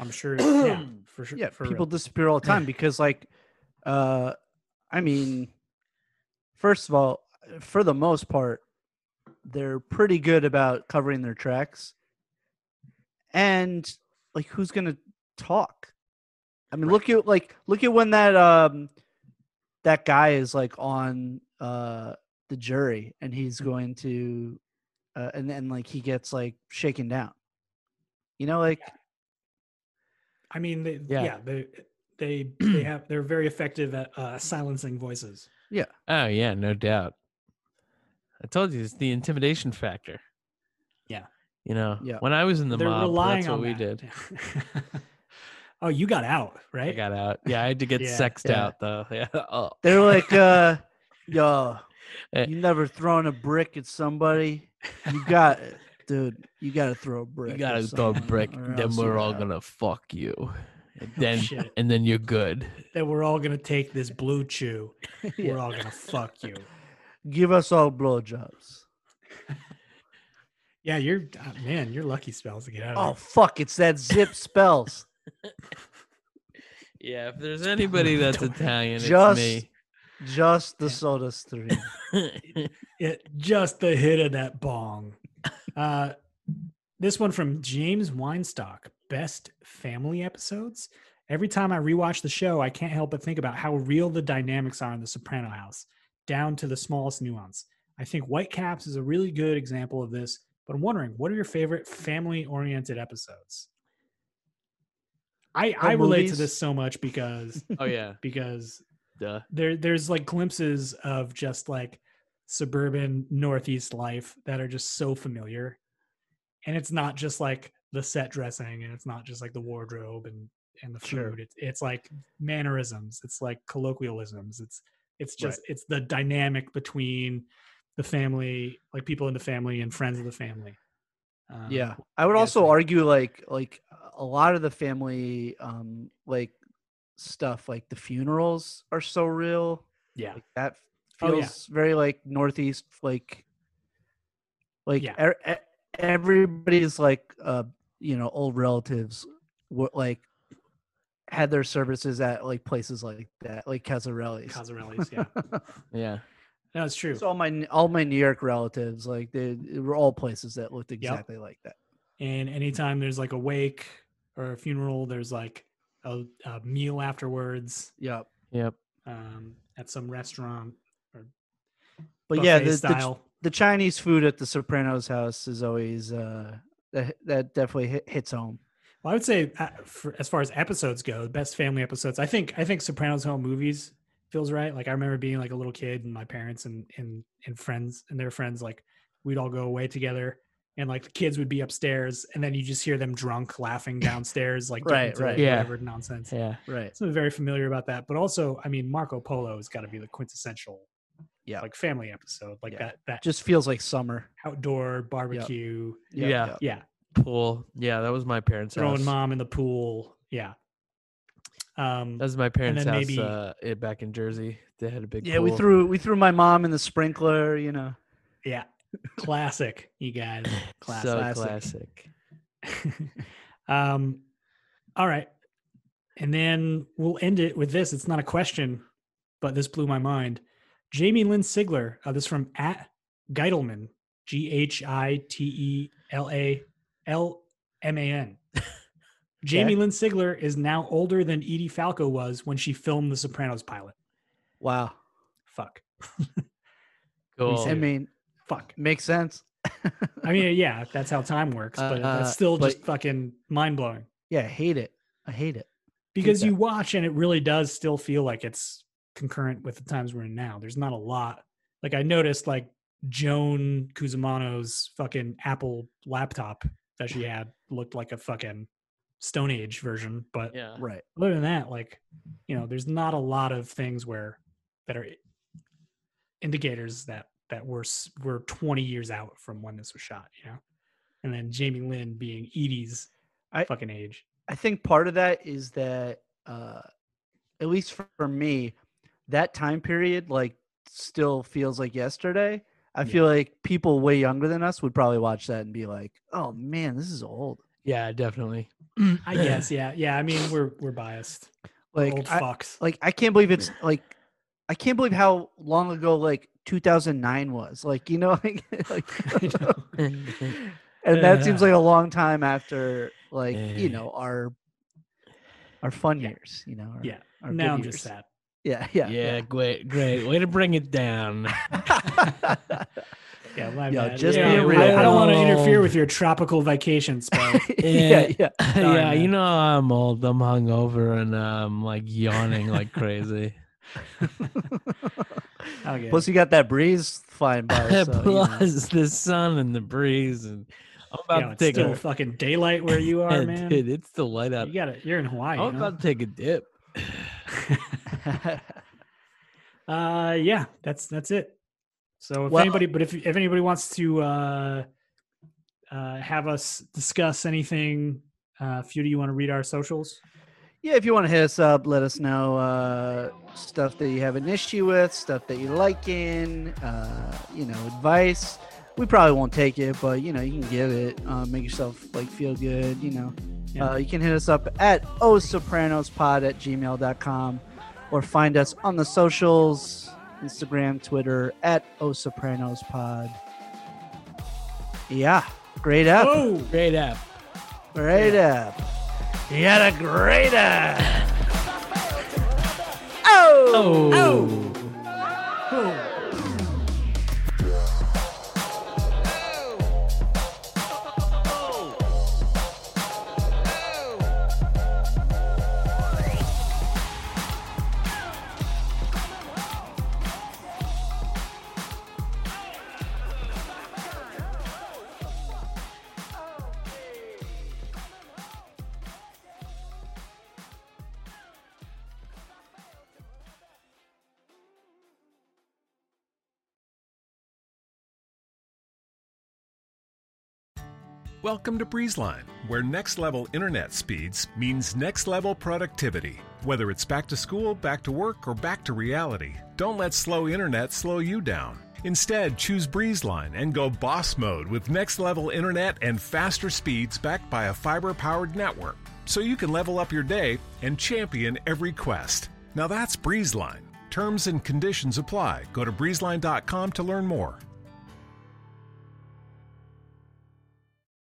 I'm sure. yeah, for sure.
Yeah.
for real.
people disappear all the time because, like, uh, I mean, first of all, for the most part, they're pretty good about covering their tracks. And like, who's gonna talk? I mean, look at like look at when that um that guy is like on uh the jury and he's
Mm-hmm.
going to uh, and then like he gets like shaken down. You know, like
I mean, they,
Yeah.
yeah. they they they have they're very effective at uh, silencing voices.
Oh yeah, no doubt. I told you it's the intimidation factor.
Yeah.
You know,
Yeah.
when I was in the
they're
mob,
relying
that's what
on
we
that.
did.
oh, you got out, right?
I got out. Yeah, I had to get
Yeah.
sexed
Yeah.
out though. Yeah. Oh.
They're like, uh, yo,
Eh.
you never thrown a brick at somebody. You got, dude, you got to throw a brick.
You
at
gotta throw a
someone,
brick,
or
then
else
we're
you're
all
out.
gonna fuck you. And then
shit.
and then you're good.
That we're all gonna take this blue chew.
Yeah.
We're all gonna fuck you.
give us all blowjobs.
Yeah, you're uh, man. You're lucky spells to get out.
Oh
Of
fuck, it's that zip spells.
Yeah, if there's anybody that's Italian,
Just-
it's
Just the soda stream.
me.
there. It, just the hit of that bong. Uh, this one from James Weinstock. Best family episodes. Every time I rewatch the show, I can't help but think about how real the dynamics are in the Soprano house, down to the smallest nuance. I think White Caps is a really good example of this, but I'm wondering what are your favorite family oriented episodes? I, I relate to
movies?
this so much because
oh yeah.
because
Duh.
there there's like glimpses of just like suburban northeast life that are just so familiar and it's not just like the set dressing and it's not just like the wardrobe and and the food
Sure.
it's it's like mannerisms it's like colloquialisms it's it's
Right.
just it's the dynamic between the family like people in the family and friends of the family um,
yeah, I would
yes,
also
man.
argue like like a lot of the family um like stuff like the funerals are so real.
yeah
like that
Oh, yeah.
feels very like northeast like like
Yeah.
er, e- everybody's like uh you know old relatives were like had their services at like places like that like casarelli's
Cosarelli's, yeah
Yeah.
no it's true
so all my N- all my new york relatives like they, they were all places that looked exactly like that
and anytime there's like a wake or a funeral there's like a, a meal afterwards
yep
Yep.
um, at some restaurant
but yeah
buffet
the, the, Ch-
style
the chinese food at the sopranos house is always uh that that definitely hit, hits home.
Well, I would say, uh, for, as far as episodes go, the best family episodes. I think I think Sopranos home movies feels right. Like I remember being like a little kid, and my parents and and and friends and their friends, like we'd all go away together, and like the kids would be upstairs, and then you just hear them drunk laughing downstairs, like getting
Right,
into
right.
Yeah.
whatever nonsense.
Yeah.
Right.
Something very familiar about that, but also, I mean, Marco Polo has got to be the quintessential,
Yeah.
like family episode, like
Yeah.
that that
Just feels like summer.
outdoor barbecue.
Yeah.
yeah.
Yeah,
Pool. Yeah, that was my parents'
throwing
house.
mom in the pool. Yeah. Um,
That was my parents'
then
house
maybe-
uh, it, back in Jersey. They had a big
Yeah, we
pool.
threw we threw my mom in the sprinkler. You know,
yeah, classic, you guys. Classic.
so
classic.
classic.
um, all right, and then we'll end it with this. It's not a question, but this blew my mind. Jamie Lynn Sigler. Uh, this from at Geidelman. G H I T E L A L M A N. Jamie Lynn Sigler is now older than Edie Falco was when she filmed the Sopranos pilot.
wow.
Fuck.
Cool.
I mean,
Fuck.
makes sense.
I mean, yeah, that's how time works, but
Uh,
that's still
but-
just fucking mind blowing
Yeah, I hate it. I hate it.
because
that.
you watch and it really does still feel like it's concurrent with the times we're in now. There's not a lot. Like I noticed, like Joan Cusimano's fucking Apple laptop that she had looked like a fucking Stone Age version, but
yeah.
Right.
other than that, like you know, there's not a lot of things where that are indicators that that we're s- we're 20 years out from when this was shot, you know. And then Jamie Lynn being Edie's
I-
fucking age,
I think part of that is that, uh, at least for, for me, that time period like still feels like yesterday. I feel like people way younger than us would probably watch that and be like, "Oh man, this is old."
Yeah, definitely.
I guess. Yeah, yeah. I mean, we're we're biased. Old
Like, I,
fucks.
like I can't believe it's like, I can't believe how long ago like 2009 was. Like, you know, like,
I
like
know.
and that seems
Yeah.
like a long time after like
Yeah.
you know our our fun
Yeah.
years you know our,
Yeah.
our good
now I'm just
years.
sad.
yeah yeah
yeah, great, great. Way to bring it down.
Yeah, my
Yo,
bad.
just
Yeah,
be
I-
real.
I, don't want to
Oh.
interfere with your tropical vacation, Spo.
yeah
Yeah.
yeah
Sorry,
yeah, you
man.
know I'm old. I'm hungover and I'm like yawning like crazy.
Okay.
plus you got that breeze flying by so,
uh,
you know.
Plus the sun and the breeze, and I'm about
Yo,
to
it's
take
still
a
fucking daylight where you are,
Yeah,
man.
Dude, it's still light out.
you got it. You're in Hawaii.
I'm
you know?
about to take a dip.
Uh, yeah, that's that's it. So if
Well-
anybody, but if if anybody wants to uh, uh, have us discuss anything, uh, Feuda, you want to read our socials?
yeah if you want to hit us up let us know uh stuff that you have an issue with stuff that you like in uh you know advice we probably won't take it but you know you can give it uh, make yourself like feel good you know
Yeah.
Uh, you can hit us up at osopranospod at gmail.com or find us on the socials Instagram, Twitter at osopranospod. Yeah, great app.
Oh,
Great app.
Great app. You had a great app. oh!
Oh.
Welcome to BreezeLine, where next level internet speeds means next level productivity. Whether it's back to school, back to work, or back to reality, don't let slow internet slow you down. Instead, choose BreezeLine and go boss mode with next level internet and faster speeds backed by a fiber powered network so you can level up your day and champion every quest. Now that's BreezeLine. Terms and conditions apply. Go to breezeline.com to learn more.